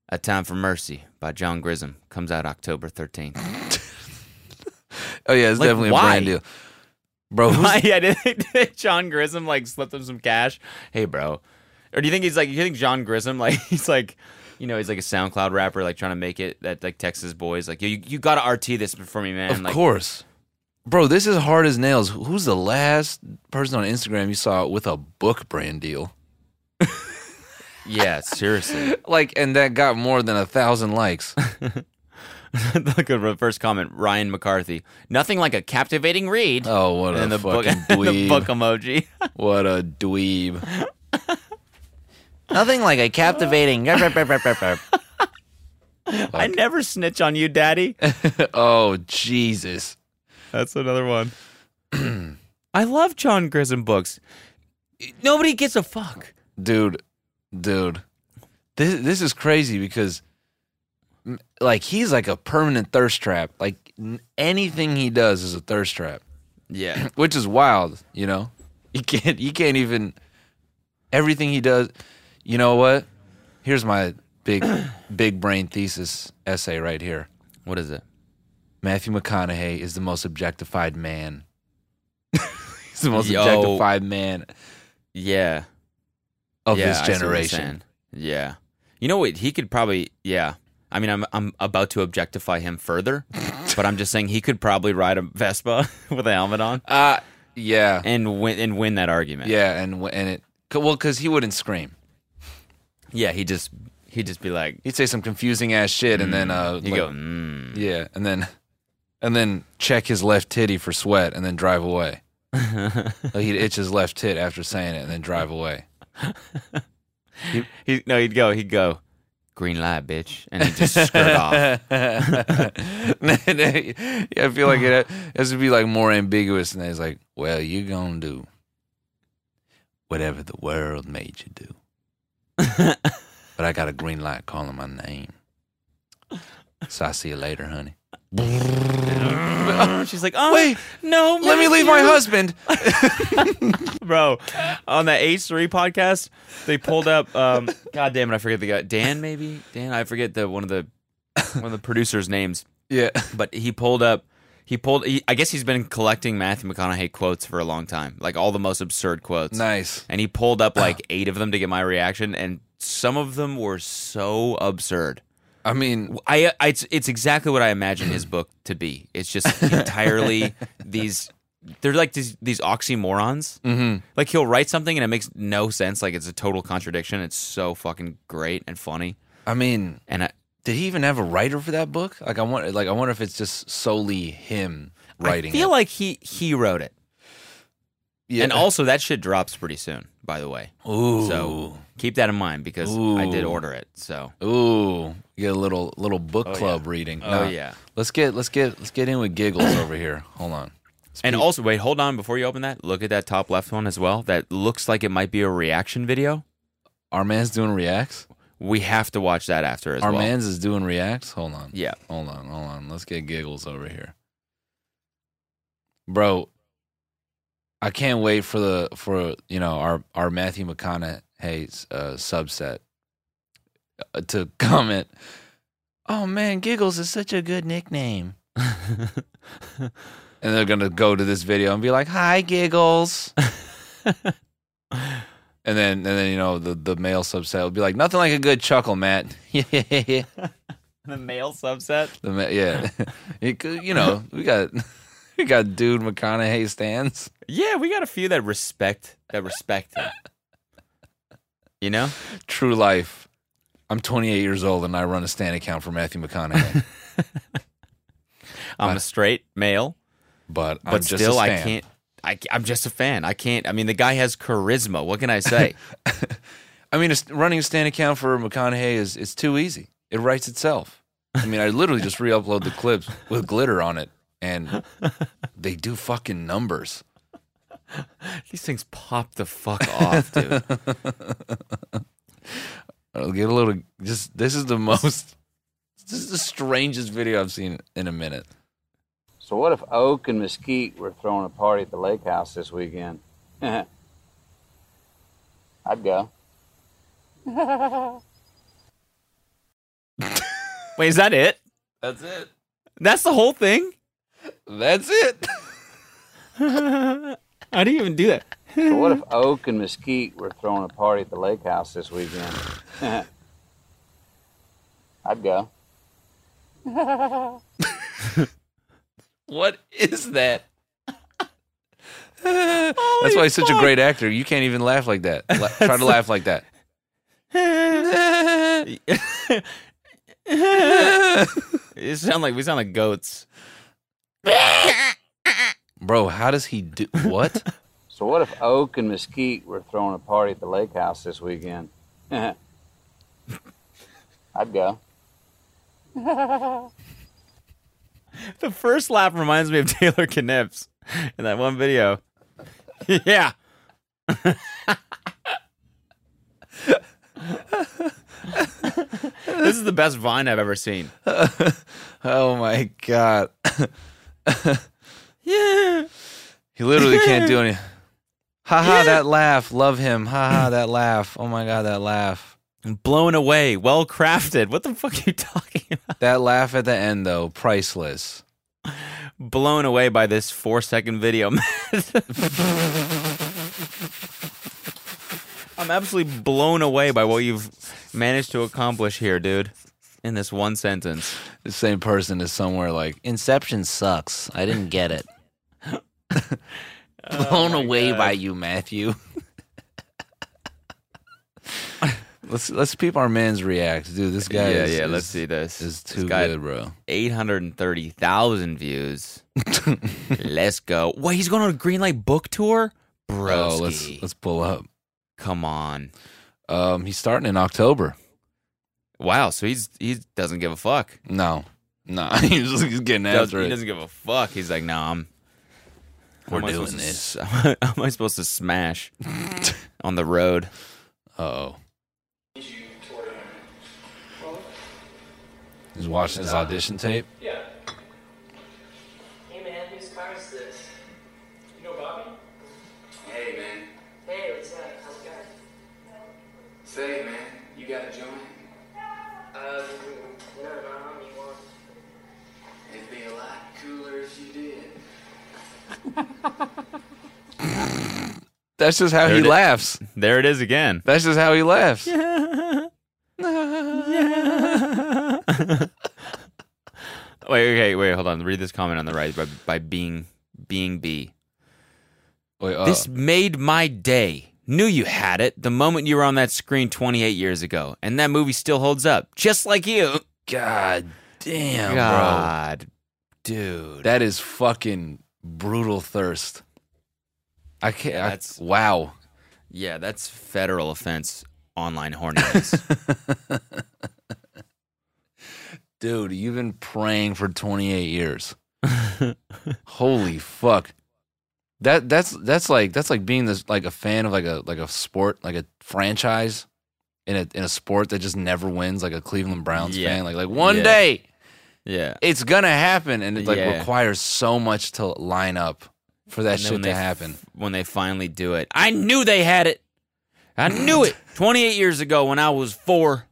[SPEAKER 3] A Time for Mercy by John Grissom comes out October [laughs] 13th.
[SPEAKER 4] Oh yeah, it's
[SPEAKER 3] Like,
[SPEAKER 4] definitely
[SPEAKER 3] why?
[SPEAKER 4] a brand deal, bro. who's-
[SPEAKER 3] yeah, did, did John Grissom like slipped him some cash? Hey, bro. Or do you think he's like? You think John Grissom [laughs] like he's like, you know, he's like a SoundCloud rapper like trying to make it that like Texas boys like you you gotta RT this for me, man.
[SPEAKER 4] Of
[SPEAKER 3] like,
[SPEAKER 4] course, bro. This is hard as nails. Who- Who's the last person on Instagram you saw with a book brand deal? [laughs]
[SPEAKER 3] Yeah, seriously. [laughs]
[SPEAKER 4] Like, and that got more than a thousand likes.
[SPEAKER 3] Look at the first comment, Ryan McCarthy. Nothing like a captivating read.
[SPEAKER 4] Oh,
[SPEAKER 3] [laughs]
[SPEAKER 4] what
[SPEAKER 3] and
[SPEAKER 4] a
[SPEAKER 3] then the book,
[SPEAKER 4] fucking
[SPEAKER 3] the
[SPEAKER 4] dweeb!
[SPEAKER 3] book emoji. [laughs]
[SPEAKER 4] What a dweeb! [laughs] Nothing like a [laughs] captivating. oh
[SPEAKER 3] I never snitch on you, Daddy.
[SPEAKER 4] Oh, Jesus!
[SPEAKER 3] That's another one. [clears throat] I love John Grissom books. Nobody gets a fuck.
[SPEAKER 4] dude, dude, this this is crazy because m- like he's like a permanent thirst trap. Like n- anything he does is a thirst trap,
[SPEAKER 3] Yeah.
[SPEAKER 4] which is wild. You know, [laughs] you can't you can't even everything he does. You know what? Here's my big [clears throat] big brain thesis essay right here.
[SPEAKER 3] What is it?
[SPEAKER 4] Matthew McConaughey is the most
[SPEAKER 3] [laughs]
[SPEAKER 4] objectified man. he's the most
[SPEAKER 3] Yo.
[SPEAKER 4] objectified man
[SPEAKER 3] Yeah.
[SPEAKER 4] of
[SPEAKER 3] yeah,
[SPEAKER 4] this
[SPEAKER 3] I see what you're saying.
[SPEAKER 4] generation.
[SPEAKER 3] Yeah. You know what? He could probably. Yeah. I mean, I'm I'm about to objectify him further, but I'm just saying he could probably ride a Vespa [laughs] with a helmet on
[SPEAKER 4] Uh yeah.
[SPEAKER 3] and win and win that argument.
[SPEAKER 4] Yeah, and w- and it c- well because he wouldn't scream.
[SPEAKER 3] Yeah, he just he just be like,
[SPEAKER 4] He'd say some confusing ass shit, and then uh,
[SPEAKER 3] you
[SPEAKER 4] like-
[SPEAKER 3] go, mm. [laughs]
[SPEAKER 4] yeah, and then and then check his left titty for sweat, and then drive away. like he'd itch his left tit after saying it, and then drive away.
[SPEAKER 3] he no, he'd go, he'd go, green light, bitch, and he would just skirt
[SPEAKER 4] [laughs]
[SPEAKER 3] off.
[SPEAKER 4] yeah, I feel like it has to be like more ambiguous, and then it's like, well, you gonna do whatever the world made you do. [laughs] but I got a green light calling my name. So I see you later, honey.
[SPEAKER 3] She's like, oh,
[SPEAKER 4] Wait,
[SPEAKER 3] no,
[SPEAKER 4] Let me leave my
[SPEAKER 3] Matthew."
[SPEAKER 4] husband.
[SPEAKER 3] bro. On the H three podcast, they pulled up. Um, [laughs] God damn it, I forget the guy. Dan, maybe Dan. I forget the one of the one of the producers' names,
[SPEAKER 4] Yeah.
[SPEAKER 3] but he pulled up. He pulled. He, I guess he's been collecting Matthew McConaughey quotes for a long time, like all the most absurd quotes.
[SPEAKER 4] Nice.
[SPEAKER 3] And he pulled up like eight of them to get my reaction, and some of them were so absurd.
[SPEAKER 4] I mean,
[SPEAKER 3] I, I it's, it's exactly what I imagine his book to be. It's just entirely these. They're like these, these oxymorons.
[SPEAKER 4] mhm.
[SPEAKER 3] Like he'll write something and it makes no sense. Like it's a total contradiction. It's so fucking great and funny.
[SPEAKER 4] I mean,
[SPEAKER 3] And I,
[SPEAKER 4] did he even have a writer for that book? Like, I want, like, I wonder if it's just solely him writing.
[SPEAKER 3] I feel
[SPEAKER 4] it.
[SPEAKER 3] like he he wrote it.
[SPEAKER 4] yeah.
[SPEAKER 3] And also that shit drops pretty soon. By the way,
[SPEAKER 4] ooh,
[SPEAKER 3] so keep that in mind because I did
[SPEAKER 4] Ooh.
[SPEAKER 3] order it. So
[SPEAKER 4] ooe. get a little little book
[SPEAKER 3] Oh, yeah.
[SPEAKER 4] club reading.
[SPEAKER 3] oh
[SPEAKER 4] Nah.
[SPEAKER 3] yeah.
[SPEAKER 4] Let's get let's get let's get in with giggles over here. Hold on.
[SPEAKER 3] And also wait, hold on before you open that. Look at that top left one as well. That looks like it might be a reaction video.
[SPEAKER 4] Our man's doing reacts.
[SPEAKER 3] We have to watch that after as
[SPEAKER 4] Our
[SPEAKER 3] well.
[SPEAKER 4] man's is doing reacts. Hold on.
[SPEAKER 3] Yeah.
[SPEAKER 4] Hold on. Hold on. Let's get giggles over here. Bro, I can't wait for the for you know our our Matthew McConaughey's uh, subset uh, to [laughs] comment. Oh man, giggles is such a good nickname. And they're gonna go to this video and be like, "Hi, giggles." And then, and then you know the, the male subset will be like nothing like a good chuckle, Matt. [laughs] the
[SPEAKER 3] the male subset.
[SPEAKER 4] ma- yeah, [laughs] It could- you know we got [laughs] we got dude McConaughey stands.
[SPEAKER 3] Yeah, we got a few that respect that respect him. You know?
[SPEAKER 4] True life. I'm 28 years old and I run a stand account for Matthew
[SPEAKER 3] [laughs]
[SPEAKER 4] McConaughey,
[SPEAKER 3] I'm
[SPEAKER 4] Uh,
[SPEAKER 3] a straight male,
[SPEAKER 4] but I'm
[SPEAKER 3] but
[SPEAKER 4] just a
[SPEAKER 3] still I
[SPEAKER 4] stan.
[SPEAKER 3] can't I, am just a fan. I can't. I mean, the guy has charisma. What can I
[SPEAKER 4] [laughs]
[SPEAKER 3] say?
[SPEAKER 4] I mean, it's- running a stand account for McConaughey is it's too easy. It writes itself. I mean, I literally just re-upload the clips with glitter on it, and they do fucking numbers.
[SPEAKER 3] These things pop the fuck off,
[SPEAKER 4] [laughs]
[SPEAKER 3] dude.
[SPEAKER 4] I'll get a little. Just this is the most. This is the strangest video I've seen in a minute.
[SPEAKER 6] So what if Oak and Mesquite were throwing a party at the lake house this weekend? [laughs] I'd go.
[SPEAKER 3] Wait, is that it?
[SPEAKER 4] That's it.
[SPEAKER 3] That's the whole thing?
[SPEAKER 4] That's it. [laughs]
[SPEAKER 3] How do you even do that?
[SPEAKER 6] So what if Oak and Mesquite were throwing a party at the lake house this weekend? [laughs] I'd go.
[SPEAKER 4] What is [laughs] that? That's why he's such a great actor. You can't even laugh like that.
[SPEAKER 3] [laughs]
[SPEAKER 4] La- try to laugh like that.
[SPEAKER 3] [laughs]
[SPEAKER 4] [laughs]
[SPEAKER 3] It sound like we sound like goats.
[SPEAKER 4] Bro, how does he do what?
[SPEAKER 3] [laughs]
[SPEAKER 6] So what if Oak and Mesquite were throwing a party at the lake house this weekend? [laughs] I'd go.
[SPEAKER 3] The first laugh reminds me of [laughs] Taylor Knips in that one video. [laughs] yeah. this is the best vine I've ever seen.
[SPEAKER 4] oh my god.
[SPEAKER 3] Yeah.
[SPEAKER 4] He literally can't do any. Ha ha, that laugh. Love him. Ha
[SPEAKER 3] [laughs]
[SPEAKER 4] ha, that laugh. Oh my god, that laugh.
[SPEAKER 3] Blown away, well crafted. What the fuck are you talking about?
[SPEAKER 4] That laugh at the end though, priceless.
[SPEAKER 3] Blown away by this four second video. [laughs] I'm absolutely blown away by what you've managed to accomplish here, dude, in this one sentence.
[SPEAKER 4] The same person is somewhere like Inception sucks. I didn't get
[SPEAKER 3] [laughs]
[SPEAKER 4] it.
[SPEAKER 3] Oh
[SPEAKER 4] Blown away by you, Matthew. [laughs] let's let's peep our man's react, dude. This guy,
[SPEAKER 3] yeah,
[SPEAKER 4] is,
[SPEAKER 3] yeah.
[SPEAKER 4] is-
[SPEAKER 3] let's see this.
[SPEAKER 4] Is
[SPEAKER 3] This
[SPEAKER 4] too
[SPEAKER 3] guy-
[SPEAKER 4] good, bro.
[SPEAKER 3] 830,000
[SPEAKER 4] [laughs]
[SPEAKER 3] views. let's go. Wait, he's going on a Greenlight book tour? Bro,
[SPEAKER 4] Oh, let's let's pull up.
[SPEAKER 3] come on.
[SPEAKER 4] Um, he's starting in October.
[SPEAKER 3] Wow, so he's he doesn't give a fuck.
[SPEAKER 4] No, [laughs] no, he's, he's getting
[SPEAKER 3] Does-
[SPEAKER 4] after
[SPEAKER 3] he
[SPEAKER 4] it.
[SPEAKER 3] doesn't give a fuck. He's like, nah, I'm
[SPEAKER 4] We're
[SPEAKER 3] am I
[SPEAKER 4] doing
[SPEAKER 3] supposed to
[SPEAKER 4] this.
[SPEAKER 3] s- [laughs] How am I supposed to
[SPEAKER 4] [laughs]
[SPEAKER 3] smash on the road?
[SPEAKER 4] Oh. He's watching his audition tape.
[SPEAKER 7] Hey man, whose car is this?
[SPEAKER 8] You know Bobby?
[SPEAKER 7] Hey man. Hey, what's up? How's it going?
[SPEAKER 8] Say, man, you got a joint?
[SPEAKER 7] Um, no, not on you want.
[SPEAKER 8] It'd be a lot cooler if you did.
[SPEAKER 4] That's just how
[SPEAKER 3] There
[SPEAKER 4] he
[SPEAKER 3] it is.
[SPEAKER 4] laughs.
[SPEAKER 3] There it is
[SPEAKER 4] [laughs]
[SPEAKER 3] again.
[SPEAKER 4] That's just how he laughs.
[SPEAKER 3] Wait, okay, wait, hold on. Read this comment on the right by, by being being B.
[SPEAKER 4] Wait, uh,
[SPEAKER 3] This made my day. Knew you had it the moment you were on that screen 28 years ago, and that movie still holds up, just like you.
[SPEAKER 4] God damn,
[SPEAKER 3] God, dude.
[SPEAKER 4] bro. That is fucking brutal thirst. I can't. I-
[SPEAKER 3] That's-
[SPEAKER 4] wow.
[SPEAKER 3] yeah, that's federal offense. Online horniness.
[SPEAKER 4] Dude, you've been praying for 28
[SPEAKER 3] [laughs]
[SPEAKER 4] years. Holy fuck. That that's that's like that's like being this like a fan of like a like a sport, like a franchise in a in a sport that just never wins, like a Cleveland Browns
[SPEAKER 3] Yeah.
[SPEAKER 4] fan. Like like one
[SPEAKER 3] Yeah.
[SPEAKER 4] day
[SPEAKER 3] yeah,
[SPEAKER 4] it's gonna happen and it like
[SPEAKER 3] Yeah.
[SPEAKER 4] requires so much to line up for that
[SPEAKER 3] And then
[SPEAKER 4] shit
[SPEAKER 3] when
[SPEAKER 4] to
[SPEAKER 3] they-
[SPEAKER 4] happen.
[SPEAKER 3] when they finally do it, I knew they had it. I knew it. 28 years ago when I was four,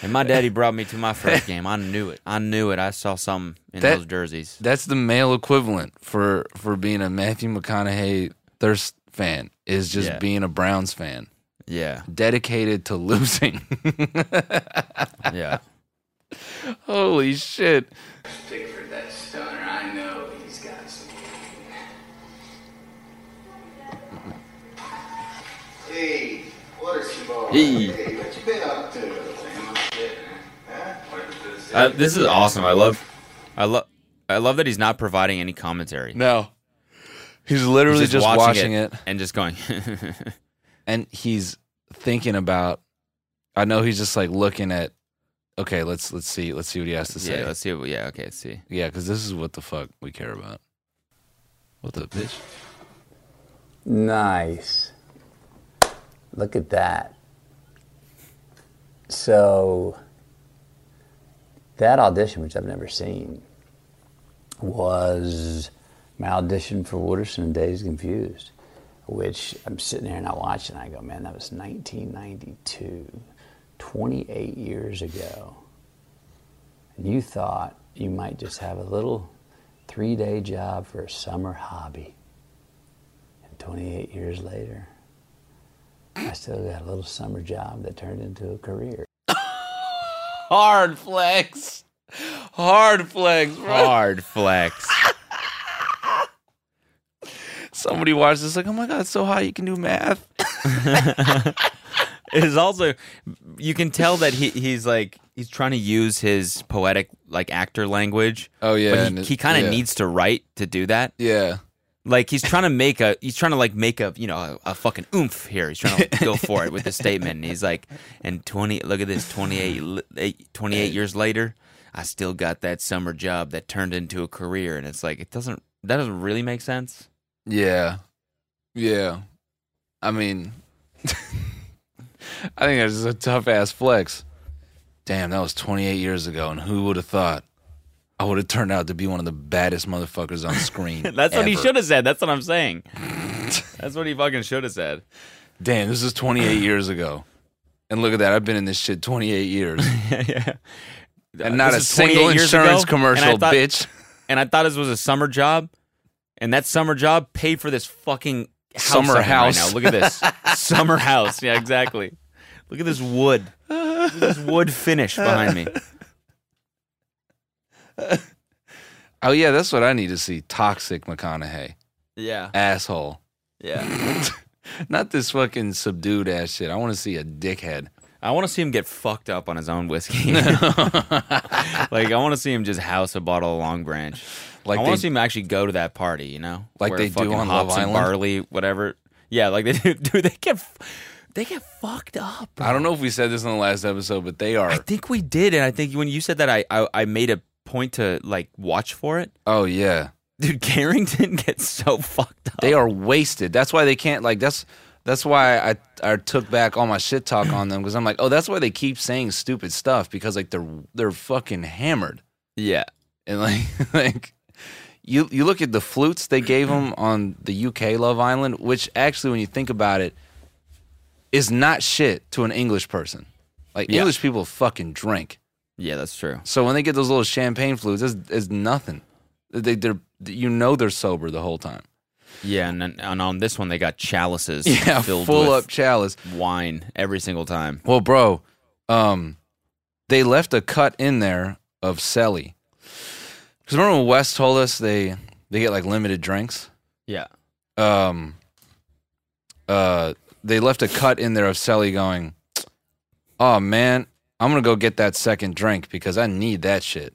[SPEAKER 3] and my daddy brought me to my first game. I knew it. I knew it. I saw something in
[SPEAKER 4] That-
[SPEAKER 3] those jerseys.
[SPEAKER 4] That's the male equivalent for for being a Matthew McConaughey thirst fan is just
[SPEAKER 3] Yeah.
[SPEAKER 4] being a Browns fan.
[SPEAKER 3] Yeah,
[SPEAKER 4] Dedicated to [laughs] losing.
[SPEAKER 3] yeah.
[SPEAKER 4] Holy shit.
[SPEAKER 8] Pickford, that stunner, I know he's got some. Hey, what is your boy? Hey. what you been up to?
[SPEAKER 3] Uh, this is awesome. I love, I love, I love that he's not providing any commentary.
[SPEAKER 4] No. He's literally
[SPEAKER 3] He's
[SPEAKER 4] just, watching, it.
[SPEAKER 3] and just going. [laughs]
[SPEAKER 4] and he's thinking about I know he's just like looking at okay, let's let's see let's see what he has to say.
[SPEAKER 3] yeah, let's see. What, yeah, okay, let's see.
[SPEAKER 4] yeah, cuz this is what the fuck we care about. What the bitch?
[SPEAKER 9] Nice. Look at that. So, that audition, which I've never seen, was my audition for Wooderson and Days Confused, which I'm sitting there and I watch and I go, man, that was 1992, 28 years ago. And you thought you might just have a little three day job for a summer hobby. And 28 years later, I still got a little summer job that turned into a career.
[SPEAKER 4] Hard flex. Hard flex, bro.
[SPEAKER 3] Hard flex.
[SPEAKER 4] Somebody watched this like, "Oh my god, it's so hot you can do math."
[SPEAKER 3] It is also you can tell that he he's like he's trying to use his poetic like actor language.
[SPEAKER 4] Oh, yeah,
[SPEAKER 3] but
[SPEAKER 4] and
[SPEAKER 3] he,
[SPEAKER 4] it-
[SPEAKER 3] he kind of
[SPEAKER 4] yeah.
[SPEAKER 3] needs to write to do that.
[SPEAKER 4] Yeah.
[SPEAKER 3] Like he's trying to make a he's trying to like make a you know a, a fucking oomph here. He's trying to go for it with the statement. And he's like, and twenty look at this 28, li- eight- 28 years later, I still got that summer job that turned into a career, and it's like it doesn't that doesn't really make sense.
[SPEAKER 4] Yeah. Yeah.
[SPEAKER 3] [laughs]
[SPEAKER 4] I mean, I think that's just a tough ass flex. Damn, that was 28 years ago, and who would have thought I would have turned out to be one of the baddest motherfuckers on
[SPEAKER 3] [laughs]
[SPEAKER 4] screen?
[SPEAKER 3] That's what he
[SPEAKER 4] ever.
[SPEAKER 3] should have said. That's what I'm saying. [laughs] That's what he fucking should have said.
[SPEAKER 4] Damn, this is 28 years ago. And look at that. I've been in this shit
[SPEAKER 3] [laughs]
[SPEAKER 4] 28 years.
[SPEAKER 3] [laughs] yeah.
[SPEAKER 4] And not a
[SPEAKER 3] This is 28
[SPEAKER 4] single
[SPEAKER 3] years
[SPEAKER 4] insurance
[SPEAKER 3] ago, and I
[SPEAKER 4] commercial,
[SPEAKER 3] thought-
[SPEAKER 4] bitch.
[SPEAKER 3] and I thought this was a summer job, and that summer job paid for this fucking house
[SPEAKER 4] Summer
[SPEAKER 3] I'm in
[SPEAKER 4] house.
[SPEAKER 3] Right now. Look at
[SPEAKER 4] [laughs]
[SPEAKER 3] this summer house. Yeah, exactly. Look at this wood. Look at this wood finish behind me.
[SPEAKER 4] Oh, yeah, that's what I need to see. Toxic McConaughey.
[SPEAKER 3] Yeah,
[SPEAKER 4] Asshole.
[SPEAKER 3] yeah.
[SPEAKER 4] Not this fucking subdued ass shit. I want to see a dickhead.
[SPEAKER 3] I want to see him get fucked up on his own
[SPEAKER 4] [laughs]
[SPEAKER 3] whiskey. [laughs] like I want to see him just house a bottle of Long Branch.
[SPEAKER 4] Like
[SPEAKER 3] I want
[SPEAKER 4] they-
[SPEAKER 3] to see him actually go to that party. You know,
[SPEAKER 4] Like
[SPEAKER 3] Where
[SPEAKER 4] they do
[SPEAKER 3] fucking
[SPEAKER 4] on
[SPEAKER 3] hops
[SPEAKER 4] Love
[SPEAKER 3] and
[SPEAKER 4] Island?
[SPEAKER 3] barley, whatever. Yeah, like they [laughs] do. Dude, they get f- they get fucked up.
[SPEAKER 4] I don't know if we said this in the last episode, but they
[SPEAKER 3] I
[SPEAKER 4] are.
[SPEAKER 3] think we did, and I think when you said that, I I, I made a point to like watch for it.
[SPEAKER 4] Oh yeah,
[SPEAKER 3] Dude, Carrington gets so fucked up.
[SPEAKER 4] They are wasted. That's why they can't like that's that's why I I took back all my shit talk on them because I'm like, oh, that's why they keep saying stupid stuff because like they're they're fucking hammered
[SPEAKER 3] yeah.
[SPEAKER 4] and like [laughs] like you you look at the flutes they gave them on the UK Love Island, which actually when you think about it, is not shit to an English person. Like
[SPEAKER 3] Yeah.
[SPEAKER 4] English people fucking drink.
[SPEAKER 3] Yeah, that's true.
[SPEAKER 4] So when they get those little champagne flutes, it's, it's nothing. They, they're you know they're sober the whole time.
[SPEAKER 3] Yeah, and, then- and on this one they got chalices
[SPEAKER 4] [laughs] Yeah,
[SPEAKER 3] filled
[SPEAKER 4] full
[SPEAKER 3] with
[SPEAKER 4] up chalice.
[SPEAKER 3] wine every single time.
[SPEAKER 4] Well, bro, um, they left a cut in there of Selly. Because remember when Wes told us they they get like limited drinks.
[SPEAKER 3] Yeah.
[SPEAKER 4] um, uh, they left a cut in there of Selly going, "Oh man, I'm gonna go get that second drink because I need that shit."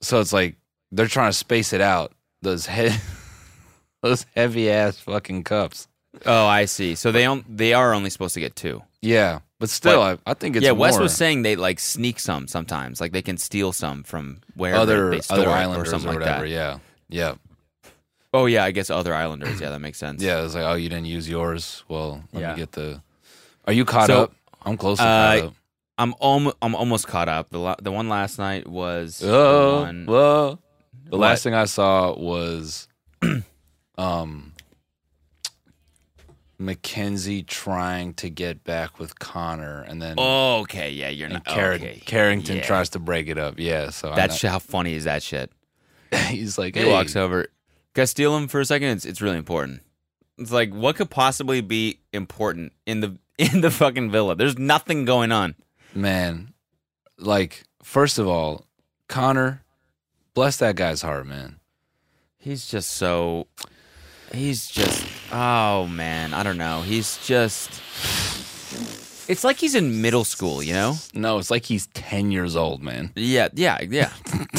[SPEAKER 4] So it's like they're trying to space it out. Those head, [laughs] those heavy ass fucking cups.
[SPEAKER 3] Oh, I see. So they on, they are only supposed to get two.
[SPEAKER 4] Yeah, but still, I, I think it's
[SPEAKER 3] yeah, Wes
[SPEAKER 4] more
[SPEAKER 3] was saying they like sneak some sometimes. Like they can steal some from wherever
[SPEAKER 4] other
[SPEAKER 3] they store
[SPEAKER 4] other
[SPEAKER 3] it
[SPEAKER 4] islanders
[SPEAKER 3] or
[SPEAKER 4] or,
[SPEAKER 3] something like
[SPEAKER 4] whatever.
[SPEAKER 3] that.
[SPEAKER 4] Yeah, yeah,
[SPEAKER 3] Oh yeah, I guess other islanders. Yeah, that makes sense.
[SPEAKER 4] yeah. It's like, oh, you didn't use yours. Well, let
[SPEAKER 3] Yeah.
[SPEAKER 4] me get the. Are you caught
[SPEAKER 3] So,
[SPEAKER 4] up? I'm close to
[SPEAKER 3] uh,
[SPEAKER 4] caught up.
[SPEAKER 3] I'm almost I'm almost caught up. The la- the one last night was the
[SPEAKER 4] Oh,
[SPEAKER 3] one-
[SPEAKER 4] well. The
[SPEAKER 3] What?
[SPEAKER 4] last thing I saw was [clears throat] um Mackenzie trying to get back with Connor and then
[SPEAKER 3] Oh, okay, yeah, you're
[SPEAKER 4] and
[SPEAKER 3] not
[SPEAKER 4] Car-
[SPEAKER 3] okay.
[SPEAKER 4] Carrington
[SPEAKER 3] Yeah.
[SPEAKER 4] tries to break it up. Yeah, so I
[SPEAKER 3] That
[SPEAKER 4] know-
[SPEAKER 3] shit, how funny is that shit?
[SPEAKER 4] [laughs] he's like
[SPEAKER 3] He
[SPEAKER 4] hey.
[SPEAKER 3] walks over. Can I steal him for a second? It's, it's really important. It's like what could possibly be important in the [laughs] in the fucking villa? There's nothing going on.
[SPEAKER 4] Man, like first of all, Connor, bless that guy's heart, man.
[SPEAKER 3] He's just so. He's just. Oh man, I don't know. He's just. It's like he's in middle school, you know?
[SPEAKER 4] No, it's like he's 10 years old, man.
[SPEAKER 3] Yeah, yeah, yeah,
[SPEAKER 4] [laughs]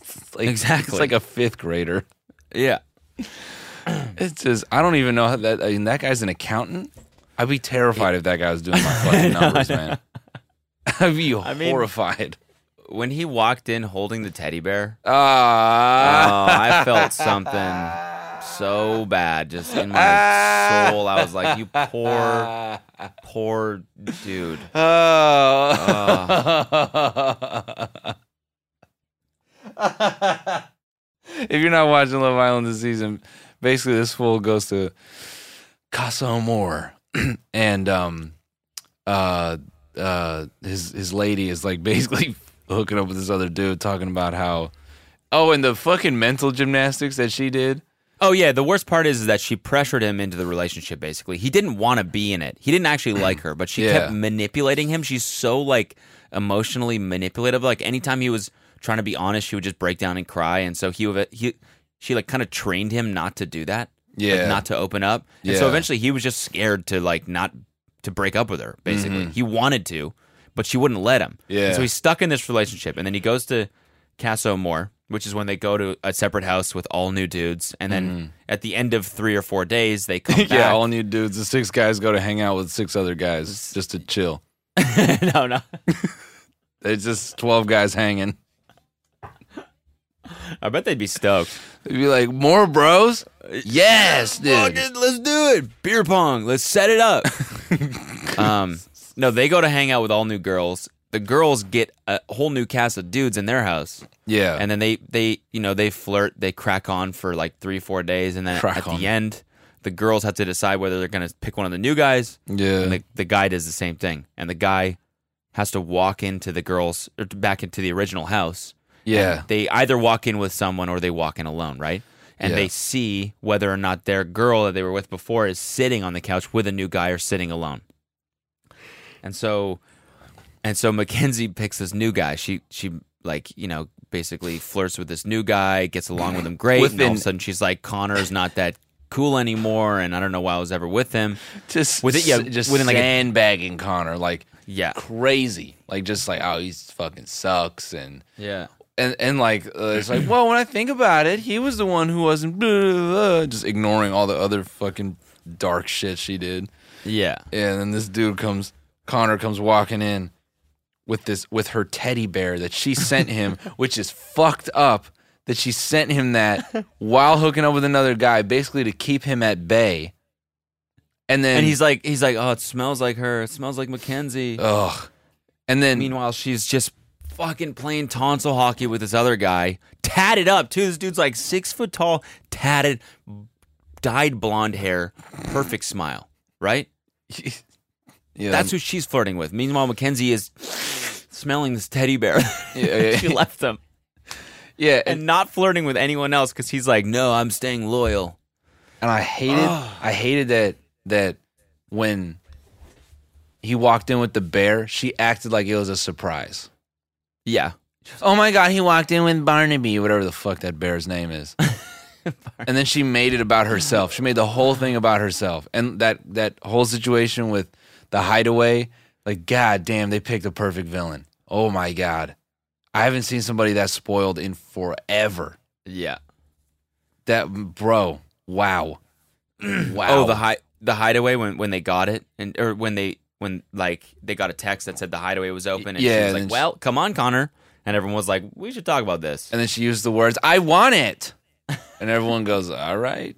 [SPEAKER 4] It's like,
[SPEAKER 3] Exactly.
[SPEAKER 4] It's like a 5th grader.
[SPEAKER 3] yeah.
[SPEAKER 4] It's just I don't even know how that. I mean, that guy's an accountant. I'd be terrified if that guy was doing my fucking numbers, man. [laughs] I'd be
[SPEAKER 3] mean-
[SPEAKER 4] horrified.
[SPEAKER 3] When he walked in holding the teddy bear, oh, [laughs]
[SPEAKER 4] Ah,
[SPEAKER 3] I felt something so bad just in my soul. I was like, you
[SPEAKER 4] [laughs]
[SPEAKER 3] poor, poor dude.
[SPEAKER 4] Oh. if you're not watching Love Island this season, basically this fool goes to Casa Moore, [clears throat] and um, uh, uh, his his lady is like basically [laughs] hooking up with this other dude, talking about how, oh, and the fucking mental gymnastics that she did.
[SPEAKER 3] Oh yeah, the worst part is that she pressured him into the relationship. Basically, he didn't want to be in it. He didn't actually like her, but she
[SPEAKER 4] Yeah.
[SPEAKER 3] kept manipulating him. She's so like emotionally manipulative. Like anytime he was trying to be honest, she would just break down and cry. And so he would- he she like kind of trained him not to do that. like,
[SPEAKER 4] Yeah. [laughs]
[SPEAKER 3] not to open up. And so
[SPEAKER 4] Yeah.
[SPEAKER 3] eventually he was just scared to like not to break up with her. Basically, he wanted to, but she wouldn't let him. And
[SPEAKER 4] Yeah.
[SPEAKER 3] so he's stuck in this relationship, and then he goes to Casso Moore, which is when they go to a separate house with all new dudes, and then at the end of three or four days, they [laughs] come back.
[SPEAKER 4] Yeah, all new dudes. The six guys go to hang out with six other guys just to chill.
[SPEAKER 3] no, [laughs] no,
[SPEAKER 4] It's just twelve guys hanging.
[SPEAKER 3] I bet they'd be stoked.
[SPEAKER 4] They'd be like, more bros? Yes, dude.
[SPEAKER 3] Fuck it, let's do it. Beer pong. Let's set it up. [laughs] um, no, they go to hang out with all new girls. The girls get a whole new cast of dudes in their house.
[SPEAKER 4] Yeah.
[SPEAKER 3] and then they they you know they flirt they crack on for like three four days and then
[SPEAKER 4] Crack
[SPEAKER 3] at
[SPEAKER 4] on.
[SPEAKER 3] the end the girls have to decide whether they're going to pick one of the new guys
[SPEAKER 4] yeah.
[SPEAKER 3] and the, the guy does the same thing and the guy has to walk into the girls or to- back into the original house
[SPEAKER 4] yeah.
[SPEAKER 3] they either walk in with someone or they walk in alone right and
[SPEAKER 4] Yeah.
[SPEAKER 3] they see whether or not their girl that they were with before is sitting on the couch with a new guy or sitting alone and so and so Mackenzie picks this new guy. She she like, you know, basically flirts with this new guy, gets along with him great, and all of
[SPEAKER 4] Within-
[SPEAKER 3] a sudden she's like, Connor's not that cool anymore, and I don't know why I was ever with him.
[SPEAKER 4] Just
[SPEAKER 3] With it, yeah,
[SPEAKER 4] just
[SPEAKER 3] within, like, a-
[SPEAKER 4] sandbagging Connor like
[SPEAKER 3] Yeah.
[SPEAKER 4] crazy. Like just like, oh, he's fucking sucks and
[SPEAKER 3] Yeah.
[SPEAKER 4] and, and like uh, it's like, well, when I think about it, he was the one who wasn't blah, blah, blah," just ignoring all the other fucking dark shit she did.
[SPEAKER 3] Yeah.
[SPEAKER 4] Yeah, and then this dude comes, Connor comes walking in
[SPEAKER 3] [laughs]
[SPEAKER 4] with this with her teddy bear that she sent him, which is fucked up. that she sent
[SPEAKER 3] [laughs]
[SPEAKER 4] him that while hooking up with another guy, basically to keep him at bay. And Oh, then
[SPEAKER 3] And he's like, he's like, oh, it smells like her. It smells like Mackenzie.
[SPEAKER 4] ugh. And then
[SPEAKER 3] Meanwhile, she's just fucking playing tonsil hockey with this other guy, tatted up too. This dude's like six foot tall, tatted, dyed blonde hair, perfect smile, right?
[SPEAKER 4] yeah,
[SPEAKER 3] That's who she's flirting with. Meanwhile, Mackenzie is smelling this teddy bear.
[SPEAKER 4] Yeah,
[SPEAKER 3] [laughs]
[SPEAKER 4] yeah,
[SPEAKER 3] she
[SPEAKER 4] yeah.
[SPEAKER 3] left him
[SPEAKER 4] [laughs] yeah. And,
[SPEAKER 3] and not flirting with anyone else because he's like, no, I'm staying loyal.
[SPEAKER 4] and I hated, I hated that that when he walked in with the bear, she acted like it was a surprise.
[SPEAKER 3] Yeah.
[SPEAKER 4] Oh my god, he walked in with Barnaby, whatever the fuck that bear's
[SPEAKER 3] [laughs]
[SPEAKER 4] name is. and then she made it about herself. She made the whole thing about herself. And that that whole situation with the hideaway, like god damn, they picked the perfect villain. Oh my god. I haven't seen somebody that spoiled in forever.
[SPEAKER 3] Yeah.
[SPEAKER 4] That bro,
[SPEAKER 3] [clears throat]
[SPEAKER 4] wow. wow.
[SPEAKER 3] Oh, the hi- the hideaway when when they got it and or when they when like they got a text that said the hideaway was open and
[SPEAKER 4] Yeah,
[SPEAKER 3] she was
[SPEAKER 4] and
[SPEAKER 3] like,
[SPEAKER 4] she-
[SPEAKER 3] "Well, come on, Connor." And everyone was like, "We should talk about this."
[SPEAKER 4] and then she used the words, "I want it." And everyone goes, "All right."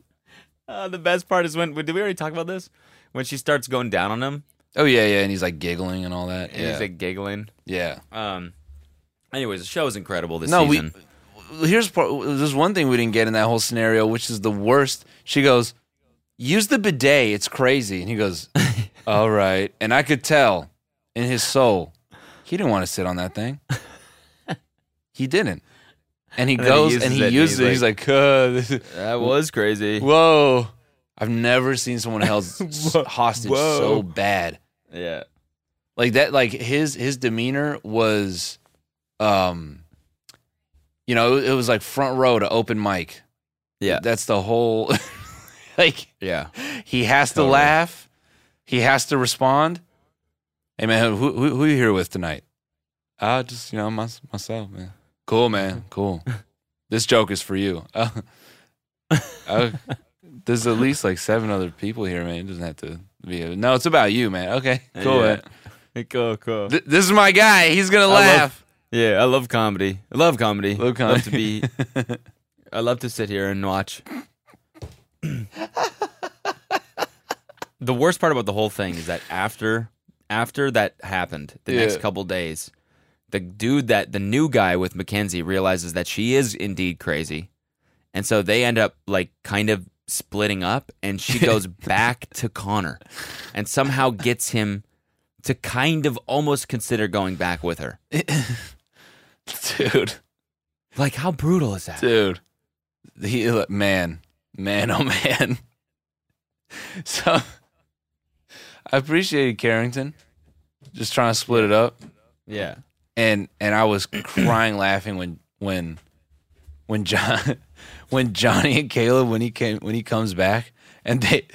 [SPEAKER 3] Uh, the best part is when did we already talk about this? When she starts going down on him
[SPEAKER 4] Oh yeah, yeah, and he's like giggling and all that.
[SPEAKER 3] and
[SPEAKER 4] yeah.
[SPEAKER 3] he's like giggling.
[SPEAKER 4] yeah.
[SPEAKER 3] Um anyways, the show is incredible this
[SPEAKER 4] no,
[SPEAKER 3] season.
[SPEAKER 4] we. Here's part, there's one thing we didn't get in that whole scenario, which is the worst. She goes, "Use the bidet. It's crazy." And he
[SPEAKER 3] [laughs]
[SPEAKER 4] goes, "All right." And I could tell in his soul, he didn't want to sit on that thing. He didn't. And he
[SPEAKER 3] And then he
[SPEAKER 4] goes
[SPEAKER 3] uses
[SPEAKER 4] and
[SPEAKER 3] it
[SPEAKER 4] he
[SPEAKER 3] and
[SPEAKER 4] uses it.
[SPEAKER 3] he's
[SPEAKER 4] He's like, "Uh, this is-
[SPEAKER 3] that was crazy.
[SPEAKER 4] "Whoa." I've never seen someone
[SPEAKER 3] [laughs]
[SPEAKER 4] held s- hostage so
[SPEAKER 3] Whoa.
[SPEAKER 4] bad
[SPEAKER 3] yeah.
[SPEAKER 4] like that like his his demeanor was um you know it, was like front row to open mic
[SPEAKER 3] Yeah.
[SPEAKER 4] that's the whole [laughs] like
[SPEAKER 3] Yeah.
[SPEAKER 4] he has
[SPEAKER 3] Totally.
[SPEAKER 4] to laugh he has to respond hey man who who, who you here with tonight i just you know my, myself man cool
[SPEAKER 3] [laughs]
[SPEAKER 4] man cool this joke is for you [laughs] uh, uh, there's at least like seven other people here man it doesn't have to be no it's about you man okay cool
[SPEAKER 3] Yeah.
[SPEAKER 4] man
[SPEAKER 3] [laughs] Cool, cool.
[SPEAKER 4] Th- this is my guy. He's gonna
[SPEAKER 3] love-
[SPEAKER 4] laugh.
[SPEAKER 3] Yeah, I love comedy. I love comedy.
[SPEAKER 4] Love
[SPEAKER 3] I love to be. [laughs] I love to sit here and watch. the worst part about the whole thing is that after after that happened, the next
[SPEAKER 4] Yeah.
[SPEAKER 3] couple days, the dude that the new guy with Mackenzie realizes that she is indeed crazy, and so they end up like kind of splitting up, and
[SPEAKER 4] [laughs]
[SPEAKER 3] she goes back to Connor, and somehow gets him to kind of almost consider going back with her.
[SPEAKER 4] [laughs] dude,
[SPEAKER 3] Like, how brutal is that?
[SPEAKER 4] dude. He man, man, oh [laughs] man. So I appreciated Carrington, just trying to split it up,
[SPEAKER 3] Yeah.
[SPEAKER 4] and and
[SPEAKER 3] [clears throat]
[SPEAKER 4] I was crying laughing when when when John [laughs] when Johnny and Caleb when he came when he comes back and they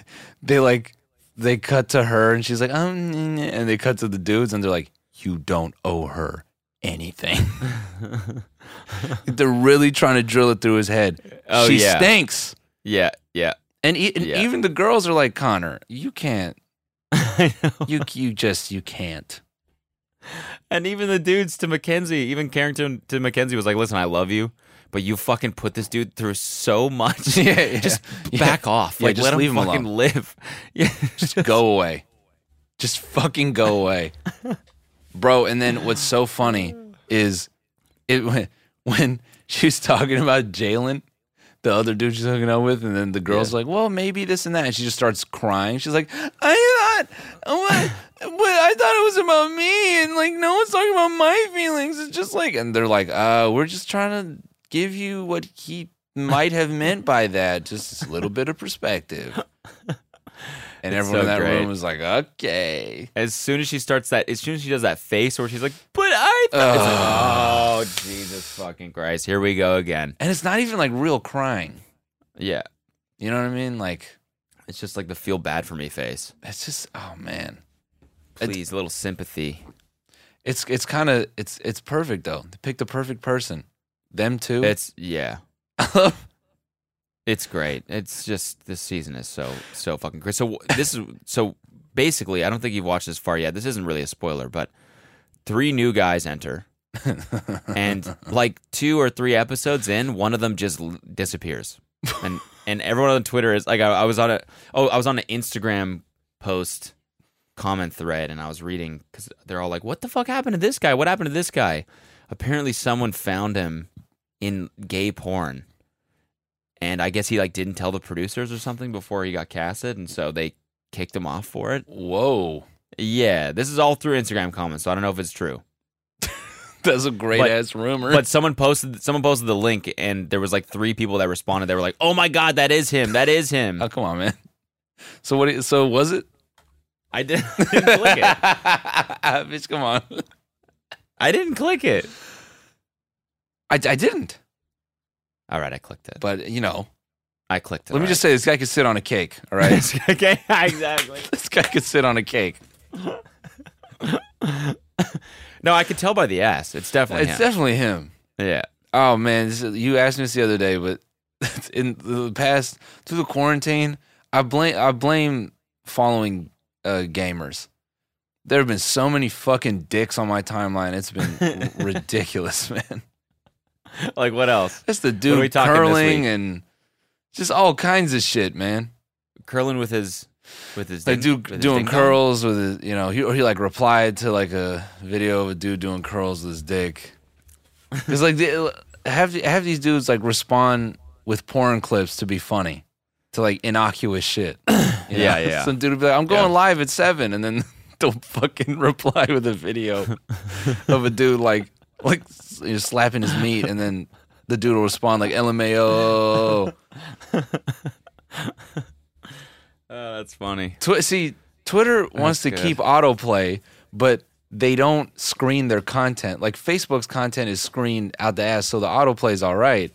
[SPEAKER 4] they like they cut to her and she's like um and they cut to the dudes and they're like you don't owe her
[SPEAKER 3] [laughs]
[SPEAKER 4] anything. they're really trying to drill it through his head.
[SPEAKER 3] Oh,
[SPEAKER 4] she
[SPEAKER 3] yeah.
[SPEAKER 4] stinks.
[SPEAKER 3] Yeah. Yeah.
[SPEAKER 4] And, e- and
[SPEAKER 3] Yeah.
[SPEAKER 4] even the girls are like Connor, you can't.
[SPEAKER 3] [laughs] I know.
[SPEAKER 4] You you just you can't.
[SPEAKER 3] And even the dudes to Mackenzie, even Carrington to Mackenzie was like, listen, I love you, but you fucking put this dude through so much.
[SPEAKER 4] [laughs] Yeah, yeah.
[SPEAKER 3] Just
[SPEAKER 4] Yeah.
[SPEAKER 3] back off.
[SPEAKER 4] Yeah,
[SPEAKER 3] Like,
[SPEAKER 4] just
[SPEAKER 3] let him
[SPEAKER 4] leave him
[SPEAKER 3] fucking
[SPEAKER 4] alone.
[SPEAKER 3] live. [laughs]
[SPEAKER 4] [laughs]
[SPEAKER 3] Yeah.
[SPEAKER 4] just
[SPEAKER 3] [laughs]
[SPEAKER 4] go away. Just fucking go away. Bro, and then what's so funny is it [laughs] when, when she was talking about Jalen, the other dude she's hooking up with, and then the girl's like, well, maybe this and that. And she just starts crying. She's like, I thought, what, what, I thought it was about me. And like, no one's talking about my feelings. It's just like, and they're like, uh, we're just trying to give you what he might have meant by that. Just a little bit of perspective.
[SPEAKER 3] [laughs]
[SPEAKER 4] And
[SPEAKER 3] It's
[SPEAKER 4] everyone
[SPEAKER 3] so
[SPEAKER 4] in that
[SPEAKER 3] great.
[SPEAKER 4] room was like, okay.
[SPEAKER 3] As soon as she starts that, as soon as she does that face where she's
[SPEAKER 4] [sighs]
[SPEAKER 3] like, but I. th-" It's like, oh, Jesus fucking Christ. Here we go again.
[SPEAKER 4] And it's not even like real crying.
[SPEAKER 3] Yeah.
[SPEAKER 4] You know what I mean? Like,
[SPEAKER 3] It's just like the feel bad for me face.
[SPEAKER 4] it's just, oh man.
[SPEAKER 3] Please, a little sympathy.
[SPEAKER 4] It's it's kind of it's it's perfect though. They picked the perfect person. Them too.
[SPEAKER 3] It's, yeah. [laughs] It's great. It's just this season is so so fucking great. So wh- this is so basically. I don't think you've watched this far yet. This isn't really a spoiler, but three new guys enter and like two or three episodes in, one of them just l- disappears, and and everyone on Twitter is like, I, I was on a oh, I was on an Instagram post comment thread, and I was reading because they're all like, "What the fuck happened to this guy? What happened to this guy?" Apparently, someone found him in gay porn, and I guess he like didn't tell the producers or something before he got casted, and so they kicked him off for it.
[SPEAKER 4] Whoa, [laughs]
[SPEAKER 3] Yeah, this is all through Instagram comments, so I don't know if it's true.
[SPEAKER 4] that's a great
[SPEAKER 3] But-
[SPEAKER 4] ass rumor.
[SPEAKER 3] But someone posted someone posted the link, and there was like three people that responded. They were like, "Oh my god, that is him! That is him!"
[SPEAKER 4] [laughs] [laughs] oh, come on, man. So what? do you- So was it? [laughs]
[SPEAKER 3] I didn't, [laughs] I didn't click it.
[SPEAKER 4] Bitch, come on. [laughs]
[SPEAKER 3] I didn't click it.
[SPEAKER 4] I, I didn't.
[SPEAKER 3] All right, I clicked it.
[SPEAKER 4] But you know,
[SPEAKER 3] I clicked it.
[SPEAKER 4] let me just say this guy could sit on a cake.
[SPEAKER 3] [laughs]
[SPEAKER 4] All right,
[SPEAKER 3] just okay. Exactly.
[SPEAKER 4] this guy could sit on a cake.
[SPEAKER 3] No, I could tell by the ass. It's definitely
[SPEAKER 4] It's
[SPEAKER 3] him.
[SPEAKER 4] definitely him.
[SPEAKER 3] yeah.
[SPEAKER 4] Oh man, this is, you asked me this the other day, but [laughs] in the past through the quarantine, I blame I blame following uh, gamers. There have been so many fucking dicks on my timeline. It's
[SPEAKER 3] [laughs]
[SPEAKER 4] been ridiculous, man.
[SPEAKER 3] Like what else?
[SPEAKER 4] That's the
[SPEAKER 3] are we
[SPEAKER 4] dude
[SPEAKER 3] talking this
[SPEAKER 4] curling
[SPEAKER 3] week?
[SPEAKER 4] and just all kinds of shit, man.
[SPEAKER 3] Curling with his with his
[SPEAKER 4] Like
[SPEAKER 3] ding-
[SPEAKER 4] dude
[SPEAKER 3] with his
[SPEAKER 4] doing
[SPEAKER 3] ding dong?
[SPEAKER 4] curls with his, you know, he, or he like replied to like a video of a dude doing curls with
[SPEAKER 3] [laughs]
[SPEAKER 4] his dick. It's like they, have have these dudes like respond with porn clips to be funny, to like
[SPEAKER 3] [clears throat]
[SPEAKER 4] innocuous shit. you
[SPEAKER 3] Yeah,
[SPEAKER 4] know?
[SPEAKER 3] yeah.
[SPEAKER 4] Some dude would be like, "I'm going
[SPEAKER 3] Yeah.
[SPEAKER 4] live at 7 and then [laughs] they'll fucking [laughs] reply with a video
[SPEAKER 3] [laughs]
[SPEAKER 4] of a dude like like s- you know, slapping his meat, and then the dude will respond like LMAO.
[SPEAKER 3] Oh, that's funny.
[SPEAKER 4] Tw- see, Twitter wants to
[SPEAKER 3] good.
[SPEAKER 4] keep autoplay, but they don't screen their content. Like Facebook's content is screened out the ass, so the autoplay's all right.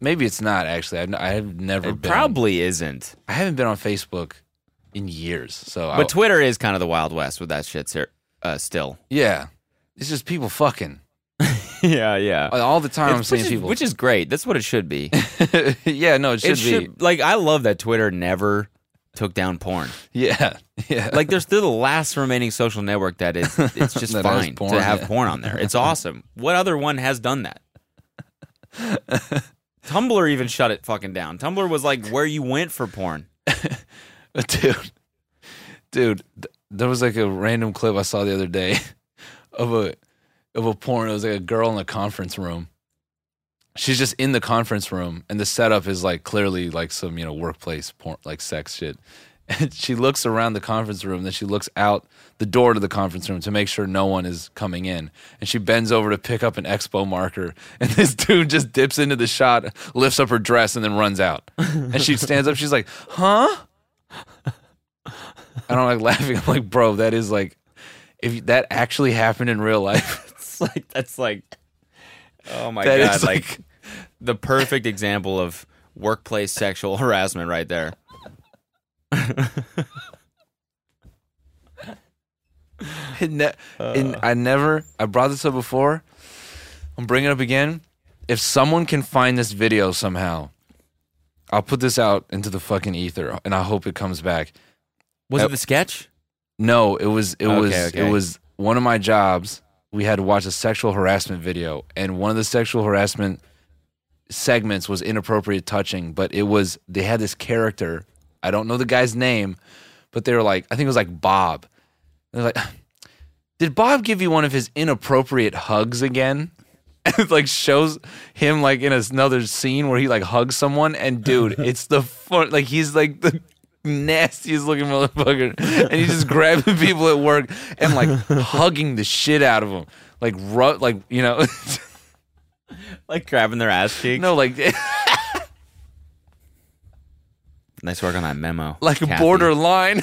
[SPEAKER 4] Maybe it's not actually. I've, n- I have never
[SPEAKER 3] It
[SPEAKER 4] been.
[SPEAKER 3] probably isn't.
[SPEAKER 4] I haven't been on Facebook in years. So, I,
[SPEAKER 3] But Twitter is kind of the wild west with that shit. Sir, uh, still.
[SPEAKER 4] yeah, it's just people fucking
[SPEAKER 3] [laughs] yeah, yeah.
[SPEAKER 4] all the time. I'm
[SPEAKER 3] Uh, It's-
[SPEAKER 4] seeing
[SPEAKER 3] which is-
[SPEAKER 4] people.
[SPEAKER 3] which is great. That's what it should
[SPEAKER 4] [laughs]
[SPEAKER 3] be.
[SPEAKER 4] yeah, no, it should
[SPEAKER 3] it
[SPEAKER 4] be.
[SPEAKER 3] should like I love that Twitter never took down
[SPEAKER 4] [laughs]
[SPEAKER 3] porn.
[SPEAKER 4] Yeah, yeah.
[SPEAKER 3] Like they're still the last remaining social network that is it's just
[SPEAKER 4] [laughs] That has
[SPEAKER 3] fine
[SPEAKER 4] porn,
[SPEAKER 3] to have
[SPEAKER 4] yeah.
[SPEAKER 3] porn on
[SPEAKER 4] [laughs]
[SPEAKER 3] there. It's awesome. What other one has done that? Tumblr even shut it fucking down. Tumblr was like where you went for porn.
[SPEAKER 4] [laughs] dude dude th- there was like a random clip i saw the other day [laughs] of a of a porn it was like a girl in a conference room she's just in the conference room and the setup is like clearly like some you know workplace porn like sex shit [laughs] and she looks around the conference room then she looks out the door to the conference room to make sure no one is coming in and she bends over to pick up an expo marker [laughs] and this dude just dips into the shot lifts up her dress and then runs out and she stands up she's like huh and I'm like laughing. [laughs] I'm like, bro, that is like, if that actually happened in real life, [laughs]
[SPEAKER 3] It's like that's like Oh my
[SPEAKER 4] that is
[SPEAKER 3] god, like,
[SPEAKER 4] like,
[SPEAKER 3] the perfect example of workplace sexual harassment right there.
[SPEAKER 4] [laughs] it ne- and I never, I brought this up before. I'm bringing it up again. If someone can find this video somehow, I'll put this out into the fucking ether, and I hope it comes back.
[SPEAKER 3] Was
[SPEAKER 4] Uh,
[SPEAKER 3] it the sketch?
[SPEAKER 4] No, it was it
[SPEAKER 3] Okay,
[SPEAKER 4] was
[SPEAKER 3] okay.
[SPEAKER 4] it was one of my jobs. We had to watch a sexual harassment video, and one of the sexual harassment segments was inappropriate touching. But it was they had this character. I don't know the guy's name, but they were like, I think it was like Bob. They're like, [sighs] did Bob give you one of his inappropriate hugs again? And it [laughs] like shows him like in another scene where he like hugs someone,
[SPEAKER 3] [laughs]
[SPEAKER 4] and dude, it's the fun. Like he's like the nastiest looking motherfucker, and he's just grabbing [laughs] people at work and like hugging the shit out of them, like ru- like you know, [laughs]
[SPEAKER 3] Like grabbing their ass cheeks.
[SPEAKER 4] no, like [laughs]
[SPEAKER 3] Nice work on that memo.
[SPEAKER 4] like a
[SPEAKER 3] Kathy.
[SPEAKER 4] borderline.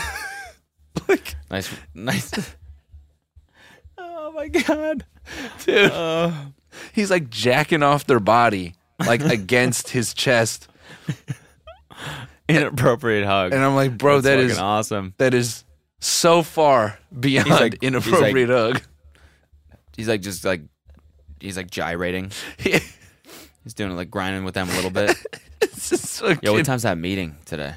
[SPEAKER 4] [laughs] like
[SPEAKER 3] Nice, nice.
[SPEAKER 4] [laughs]
[SPEAKER 3] oh my god, dude!
[SPEAKER 4] Uh, he's like jacking off their body like against his chest,
[SPEAKER 3] [laughs] inappropriate hug.
[SPEAKER 4] and I'm like, bro,
[SPEAKER 3] That's
[SPEAKER 4] that
[SPEAKER 3] fucking
[SPEAKER 4] is
[SPEAKER 3] awesome.
[SPEAKER 4] that is so far beyond
[SPEAKER 3] like- he's like-
[SPEAKER 4] inappropriate hug. [laughs]
[SPEAKER 3] He's like just like he's like gyrating.
[SPEAKER 4] it's
[SPEAKER 3] He's doing it like grinding with them a little
[SPEAKER 4] [laughs]
[SPEAKER 3] bit.
[SPEAKER 4] just fucking,
[SPEAKER 3] Yo, what time's that meeting today?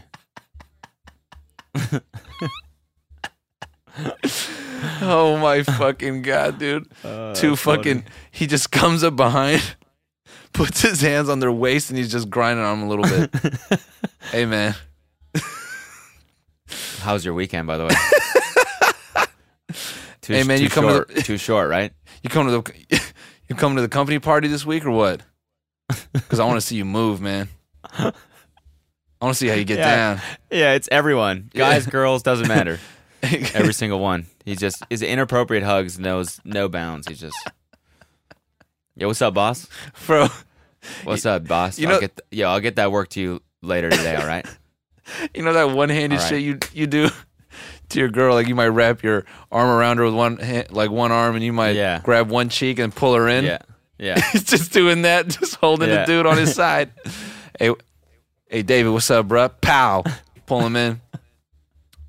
[SPEAKER 4] Oh my fucking
[SPEAKER 3] [laughs]
[SPEAKER 4] god, dude.
[SPEAKER 3] Uh,
[SPEAKER 4] Two fucking he just comes up behind, [laughs] puts his hands on their waist, and he's just grinding on them a little bit.
[SPEAKER 3] [laughs]
[SPEAKER 4] hey man.
[SPEAKER 3] How's your weekend, by the way?
[SPEAKER 4] [laughs]
[SPEAKER 3] too,
[SPEAKER 4] Hey, man,
[SPEAKER 3] too
[SPEAKER 4] you come to
[SPEAKER 3] short.
[SPEAKER 4] the-
[SPEAKER 3] too short,
[SPEAKER 4] [laughs]
[SPEAKER 3] right?
[SPEAKER 4] You come to the [laughs] you come to the company party this week or what? Because I want to see you move, man. I want to see how you get
[SPEAKER 3] Yeah.
[SPEAKER 4] down.
[SPEAKER 3] Yeah, it's everyone, guys,
[SPEAKER 4] Yeah.
[SPEAKER 3] girls, doesn't [laughs] matter. Every single one. He just his inappropriate hugs knows no bounds. He's just. Yo, what's up, boss?
[SPEAKER 4] [laughs] Bro,
[SPEAKER 3] What's up, boss?
[SPEAKER 4] you
[SPEAKER 3] I'll
[SPEAKER 4] know-
[SPEAKER 3] get th- yo, I'll get that work to you later today. All [laughs] right.
[SPEAKER 4] you know that one-handed
[SPEAKER 3] All right.
[SPEAKER 4] shit you you do [laughs] to your girl. Like you might wrap your arm around her with one hand, like one arm, and you might
[SPEAKER 3] Yeah.
[SPEAKER 4] grab one cheek and pull her in.
[SPEAKER 3] yeah, yeah.
[SPEAKER 4] [laughs] He's just doing that, just holding
[SPEAKER 3] Yeah.
[SPEAKER 4] the dude on his side. hey, hey, David, what's up, bruh? Pow, pull him in.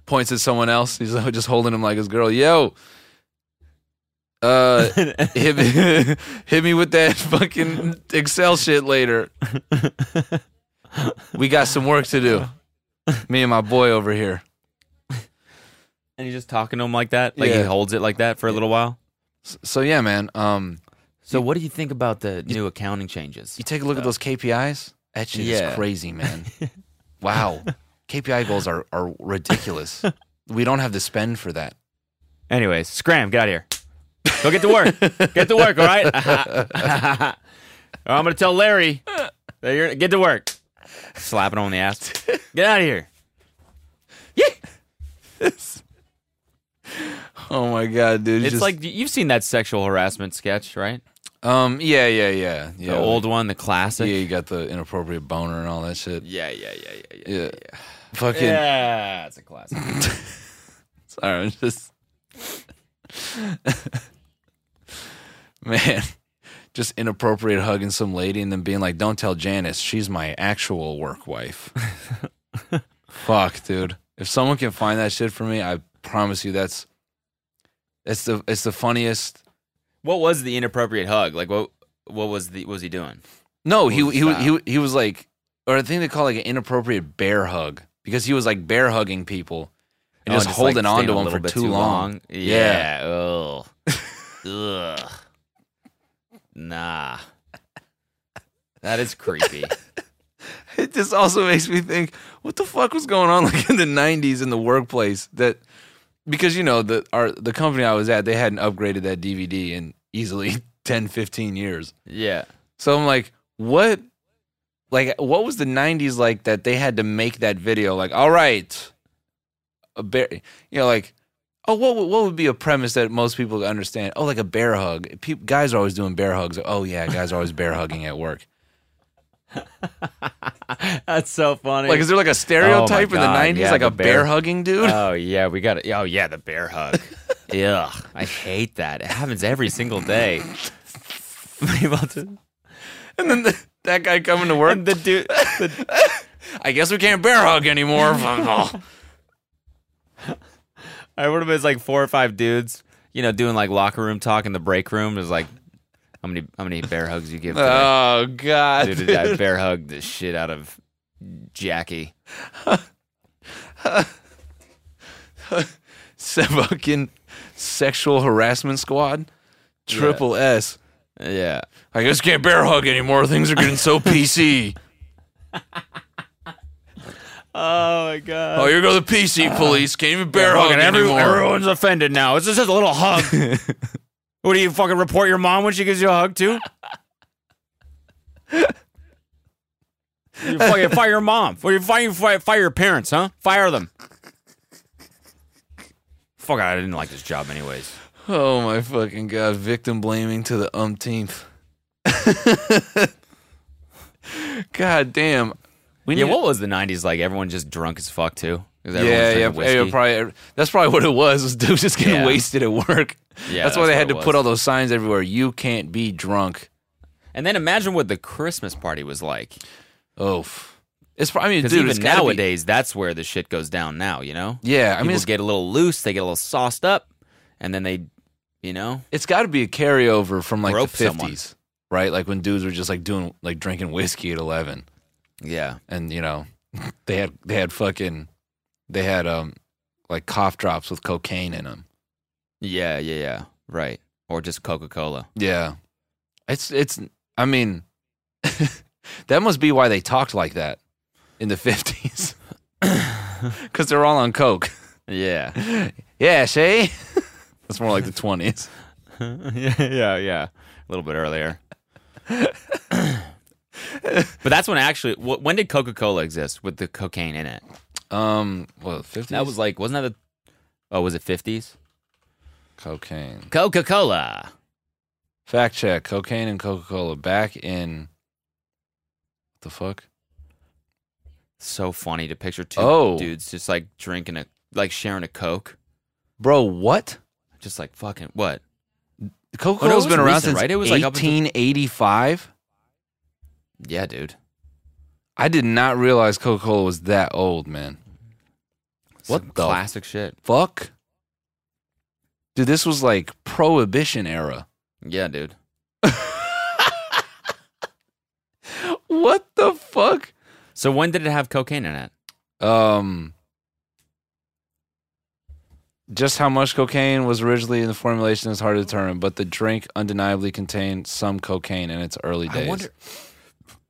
[SPEAKER 4] Points at someone else. He's [laughs] like, just holding him like his girl. Yo, uh, hit me, [laughs] hit me with that fucking Excel shit later. We got some work to do. Me and my boy over here.
[SPEAKER 3] And he's just talking to him like that. Like he
[SPEAKER 4] Yeah.
[SPEAKER 3] holds it like that for a little while.
[SPEAKER 4] So yeah, man. Um,
[SPEAKER 3] So, what do you think about the new accounting changes?
[SPEAKER 4] you take a look at those KPIs. That shit
[SPEAKER 3] Yeah.
[SPEAKER 4] is
[SPEAKER 3] [laughs]
[SPEAKER 4] crazy, man. wow, KPI goals are are ridiculous. we don't have the spend for that.
[SPEAKER 3] Anyways, scram, get out of here. Go get to work. get to work, all right? [laughs] Or I'm going to tell Larry that you're get to work. Slap it on the ass. Get out of here.
[SPEAKER 4] Oh my god, dude!
[SPEAKER 3] It's like you've seen that sexual harassment sketch, right?
[SPEAKER 4] um, yeah, yeah, yeah, yeah.
[SPEAKER 3] The old one, the classic.
[SPEAKER 4] yeah, you got the inappropriate boner and all that shit.
[SPEAKER 3] yeah, yeah, yeah, yeah. Yeah,
[SPEAKER 4] Yeah, fucking.
[SPEAKER 3] yeah it's a classic.
[SPEAKER 4] Sorry, I'm [laughs] just. Man, just inappropriate hugging some lady and then being like, "Don't tell Janice, she's my actual
[SPEAKER 3] [laughs]
[SPEAKER 4] work wife." Fuck, dude. If someone can find that shit for me, I promise you, that's it's the it's the funniest.
[SPEAKER 3] [laughs] what was the inappropriate hug? Like what what was the what was he doing?
[SPEAKER 4] No, he
[SPEAKER 3] Ooh,
[SPEAKER 4] he wa- he
[SPEAKER 3] stop.
[SPEAKER 4] wa- he was like, or I think they call like an inappropriate bear hug because he was like bear hugging people and
[SPEAKER 3] Oh,
[SPEAKER 4] just,
[SPEAKER 3] like,
[SPEAKER 4] holding on
[SPEAKER 3] staying
[SPEAKER 4] to
[SPEAKER 3] a
[SPEAKER 4] them
[SPEAKER 3] little
[SPEAKER 4] for
[SPEAKER 3] bit
[SPEAKER 4] too, long.
[SPEAKER 3] Yeah. Ugh. Ugh. Nah. That is
[SPEAKER 4] [laughs]
[SPEAKER 3] creepy.
[SPEAKER 4] it just also makes me think what the fuck was going on like in the 90s in the workplace that because you know the our the company I was at they hadn't upgraded that DVD in easily [laughs] 10 15 years
[SPEAKER 3] yeah.
[SPEAKER 4] so I'm like what like what was the 90s like that they had to make that video like all right a bear you know like oh what would- what would be a premise that most people could understand oh like a bear hug Peop guys are always doing bear hugs oh yeah guys are always bear hugging at work
[SPEAKER 3] That's so funny.
[SPEAKER 4] like is there like a stereotype in the
[SPEAKER 3] Oh God,
[SPEAKER 4] 90s
[SPEAKER 3] yeah,
[SPEAKER 4] like
[SPEAKER 3] the
[SPEAKER 4] a
[SPEAKER 3] bear-
[SPEAKER 4] bear hugging dude
[SPEAKER 3] [laughs] Oh yeah, we got it. Oh yeah, the bear hug. Ugh, I hate that. It happens every single day. People just-
[SPEAKER 4] [laughs] And then the, that guy coming to work.
[SPEAKER 3] and the dude, the,
[SPEAKER 4] I guess we can't bear
[SPEAKER 3] [laughs]
[SPEAKER 4] hug anymore. [laughs] Oh,
[SPEAKER 3] I remember it was like four or five dudes, you know, doing like locker room talk in the break room. It was like, how many how many bear hugs you give? Today?
[SPEAKER 4] [laughs] oh God!
[SPEAKER 3] Dude,
[SPEAKER 4] dude.
[SPEAKER 3] I bear hugged the shit out of Jackie.
[SPEAKER 4] Se- [laughs] fucking sexual harassment squad. Triple S.
[SPEAKER 3] Yeah.
[SPEAKER 4] I guess we can't bear hug anymore. Things are
[SPEAKER 3] [laughs]
[SPEAKER 4] getting so PC.
[SPEAKER 3] Oh my god.
[SPEAKER 4] Oh, here go the
[SPEAKER 3] Uh,
[SPEAKER 4] PC police. Can't even bear hug anymore.
[SPEAKER 3] everyone's offended now. It's just a little [laughs] hug. what do you fucking report your mom when she gives you a hug too? you [laughs] fucking fire your mom. What do you fire, fire fire your parents, huh? Fire them. Fuck, I didn't like this job anyways.
[SPEAKER 4] Oh my fucking god! Victim blaming to the umpteenth. [laughs] god damn. We
[SPEAKER 3] Yeah, what was the '90s like? Everyone just drunk as fuck too. 'Cause everyone was
[SPEAKER 4] Yeah, yeah,
[SPEAKER 3] drinking whiskey.
[SPEAKER 4] yeah, probably. That's probably [laughs] what it was. Was dudes just getting
[SPEAKER 3] Yeah.
[SPEAKER 4] wasted at work?
[SPEAKER 3] Yeah,
[SPEAKER 4] that's, why
[SPEAKER 3] that's
[SPEAKER 4] they
[SPEAKER 3] what
[SPEAKER 4] had to
[SPEAKER 3] it was.
[SPEAKER 4] put all those signs everywhere. You can't be drunk.
[SPEAKER 3] And then imagine what the Christmas party was like.
[SPEAKER 4] Oh, it's. pro- I mean,
[SPEAKER 3] Because
[SPEAKER 4] dude,
[SPEAKER 3] even
[SPEAKER 4] it's gotta be-
[SPEAKER 3] nowadays, that's where the shit goes down. Now, you know,
[SPEAKER 4] yeah, I
[SPEAKER 3] people
[SPEAKER 4] mean, it's,
[SPEAKER 3] get a little loose, they get a little sauced up, and then they, you know,
[SPEAKER 4] it's got to be a carryover from like the
[SPEAKER 3] Rope someone.
[SPEAKER 4] fifties, right? Like when dudes were just like doing like drinking whiskey at eleven,
[SPEAKER 3] yeah,
[SPEAKER 4] and you know, [laughs] they had they had fucking, they had um like cough drops with cocaine in them.
[SPEAKER 3] Yeah, yeah, yeah. Right. Or just Coca Cola.
[SPEAKER 4] Yeah. It's it's I mean [laughs] that must be why they talked like that in the [laughs] 50s. Cuz they're all on coke. [laughs]
[SPEAKER 3] [laughs] Yeah.
[SPEAKER 4] Yeah, see? [laughs] That's more like the 20s.
[SPEAKER 3] yeah, yeah, yeah. A little bit earlier. [coughs] but that's when actually, wh- when did Coca Cola exist with the cocaine in it?
[SPEAKER 4] Um, well, 50s.
[SPEAKER 3] That was like, wasn't that the, oh, was it 50s?
[SPEAKER 4] cocaine.
[SPEAKER 3] Coca Cola.
[SPEAKER 4] Fact check, cocaine and Coca-Cola back in what the fuck?
[SPEAKER 3] So funny to picture two
[SPEAKER 4] Oh.
[SPEAKER 3] dudes just like drinking a, like sharing a Coke.
[SPEAKER 4] Bro, what?
[SPEAKER 3] Just like fucking, what?
[SPEAKER 4] Coca-Cola's
[SPEAKER 3] it was
[SPEAKER 4] been around
[SPEAKER 3] recent,
[SPEAKER 4] since
[SPEAKER 3] right? It was, like, up until-
[SPEAKER 4] 1885.
[SPEAKER 3] Yeah, dude.
[SPEAKER 4] I did not realize Coca-Cola was that old, man. What
[SPEAKER 3] Some
[SPEAKER 4] the
[SPEAKER 3] classic shit.
[SPEAKER 4] fuck? Dude, this was like prohibition era.
[SPEAKER 3] Yeah, dude.
[SPEAKER 4] What the fuck?
[SPEAKER 3] So when did it have cocaine in it?
[SPEAKER 4] Um just how much cocaine was originally in the formulation is hard to determine, but the drink undeniably contained some cocaine in its early days.
[SPEAKER 3] I wonder.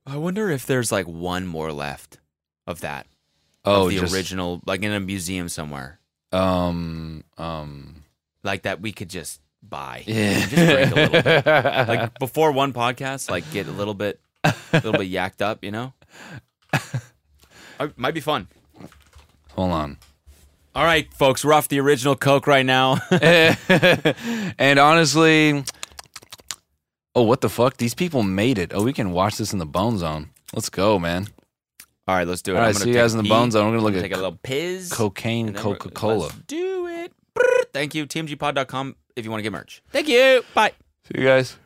[SPEAKER 3] I wonder if there's like one more left of that.
[SPEAKER 4] oh,
[SPEAKER 3] of the
[SPEAKER 4] just,
[SPEAKER 3] original, like in a museum somewhere,
[SPEAKER 4] Um, um,
[SPEAKER 3] like that we could just buy.
[SPEAKER 4] yeah.
[SPEAKER 3] Just drink a little bit. [laughs] Like before one podcast, like get a little bit, a little [laughs] bit yacked up, you know. I- might be fun.
[SPEAKER 4] Hold on. [laughs]
[SPEAKER 3] All right, folks, we're off the original Coke right now. [laughs]
[SPEAKER 4] and honestly, oh, what the fuck? These people made it. Oh, we can watch this in the Bone Zone. Let's go, man.
[SPEAKER 3] All right, let's do it.
[SPEAKER 4] All right,
[SPEAKER 3] I'm gonna
[SPEAKER 4] see you
[SPEAKER 3] take
[SPEAKER 4] guys in
[SPEAKER 3] a
[SPEAKER 4] the
[SPEAKER 3] pee,
[SPEAKER 4] Bone Zone. We're going to look
[SPEAKER 3] Take
[SPEAKER 4] at
[SPEAKER 3] a little piz.
[SPEAKER 4] cocaine
[SPEAKER 3] and then we're-
[SPEAKER 4] Coca Cola.
[SPEAKER 3] let's do it. Brrr. Thank you, tmgpod.com, if you want to get merch. Thank you. Bye.
[SPEAKER 4] See you guys.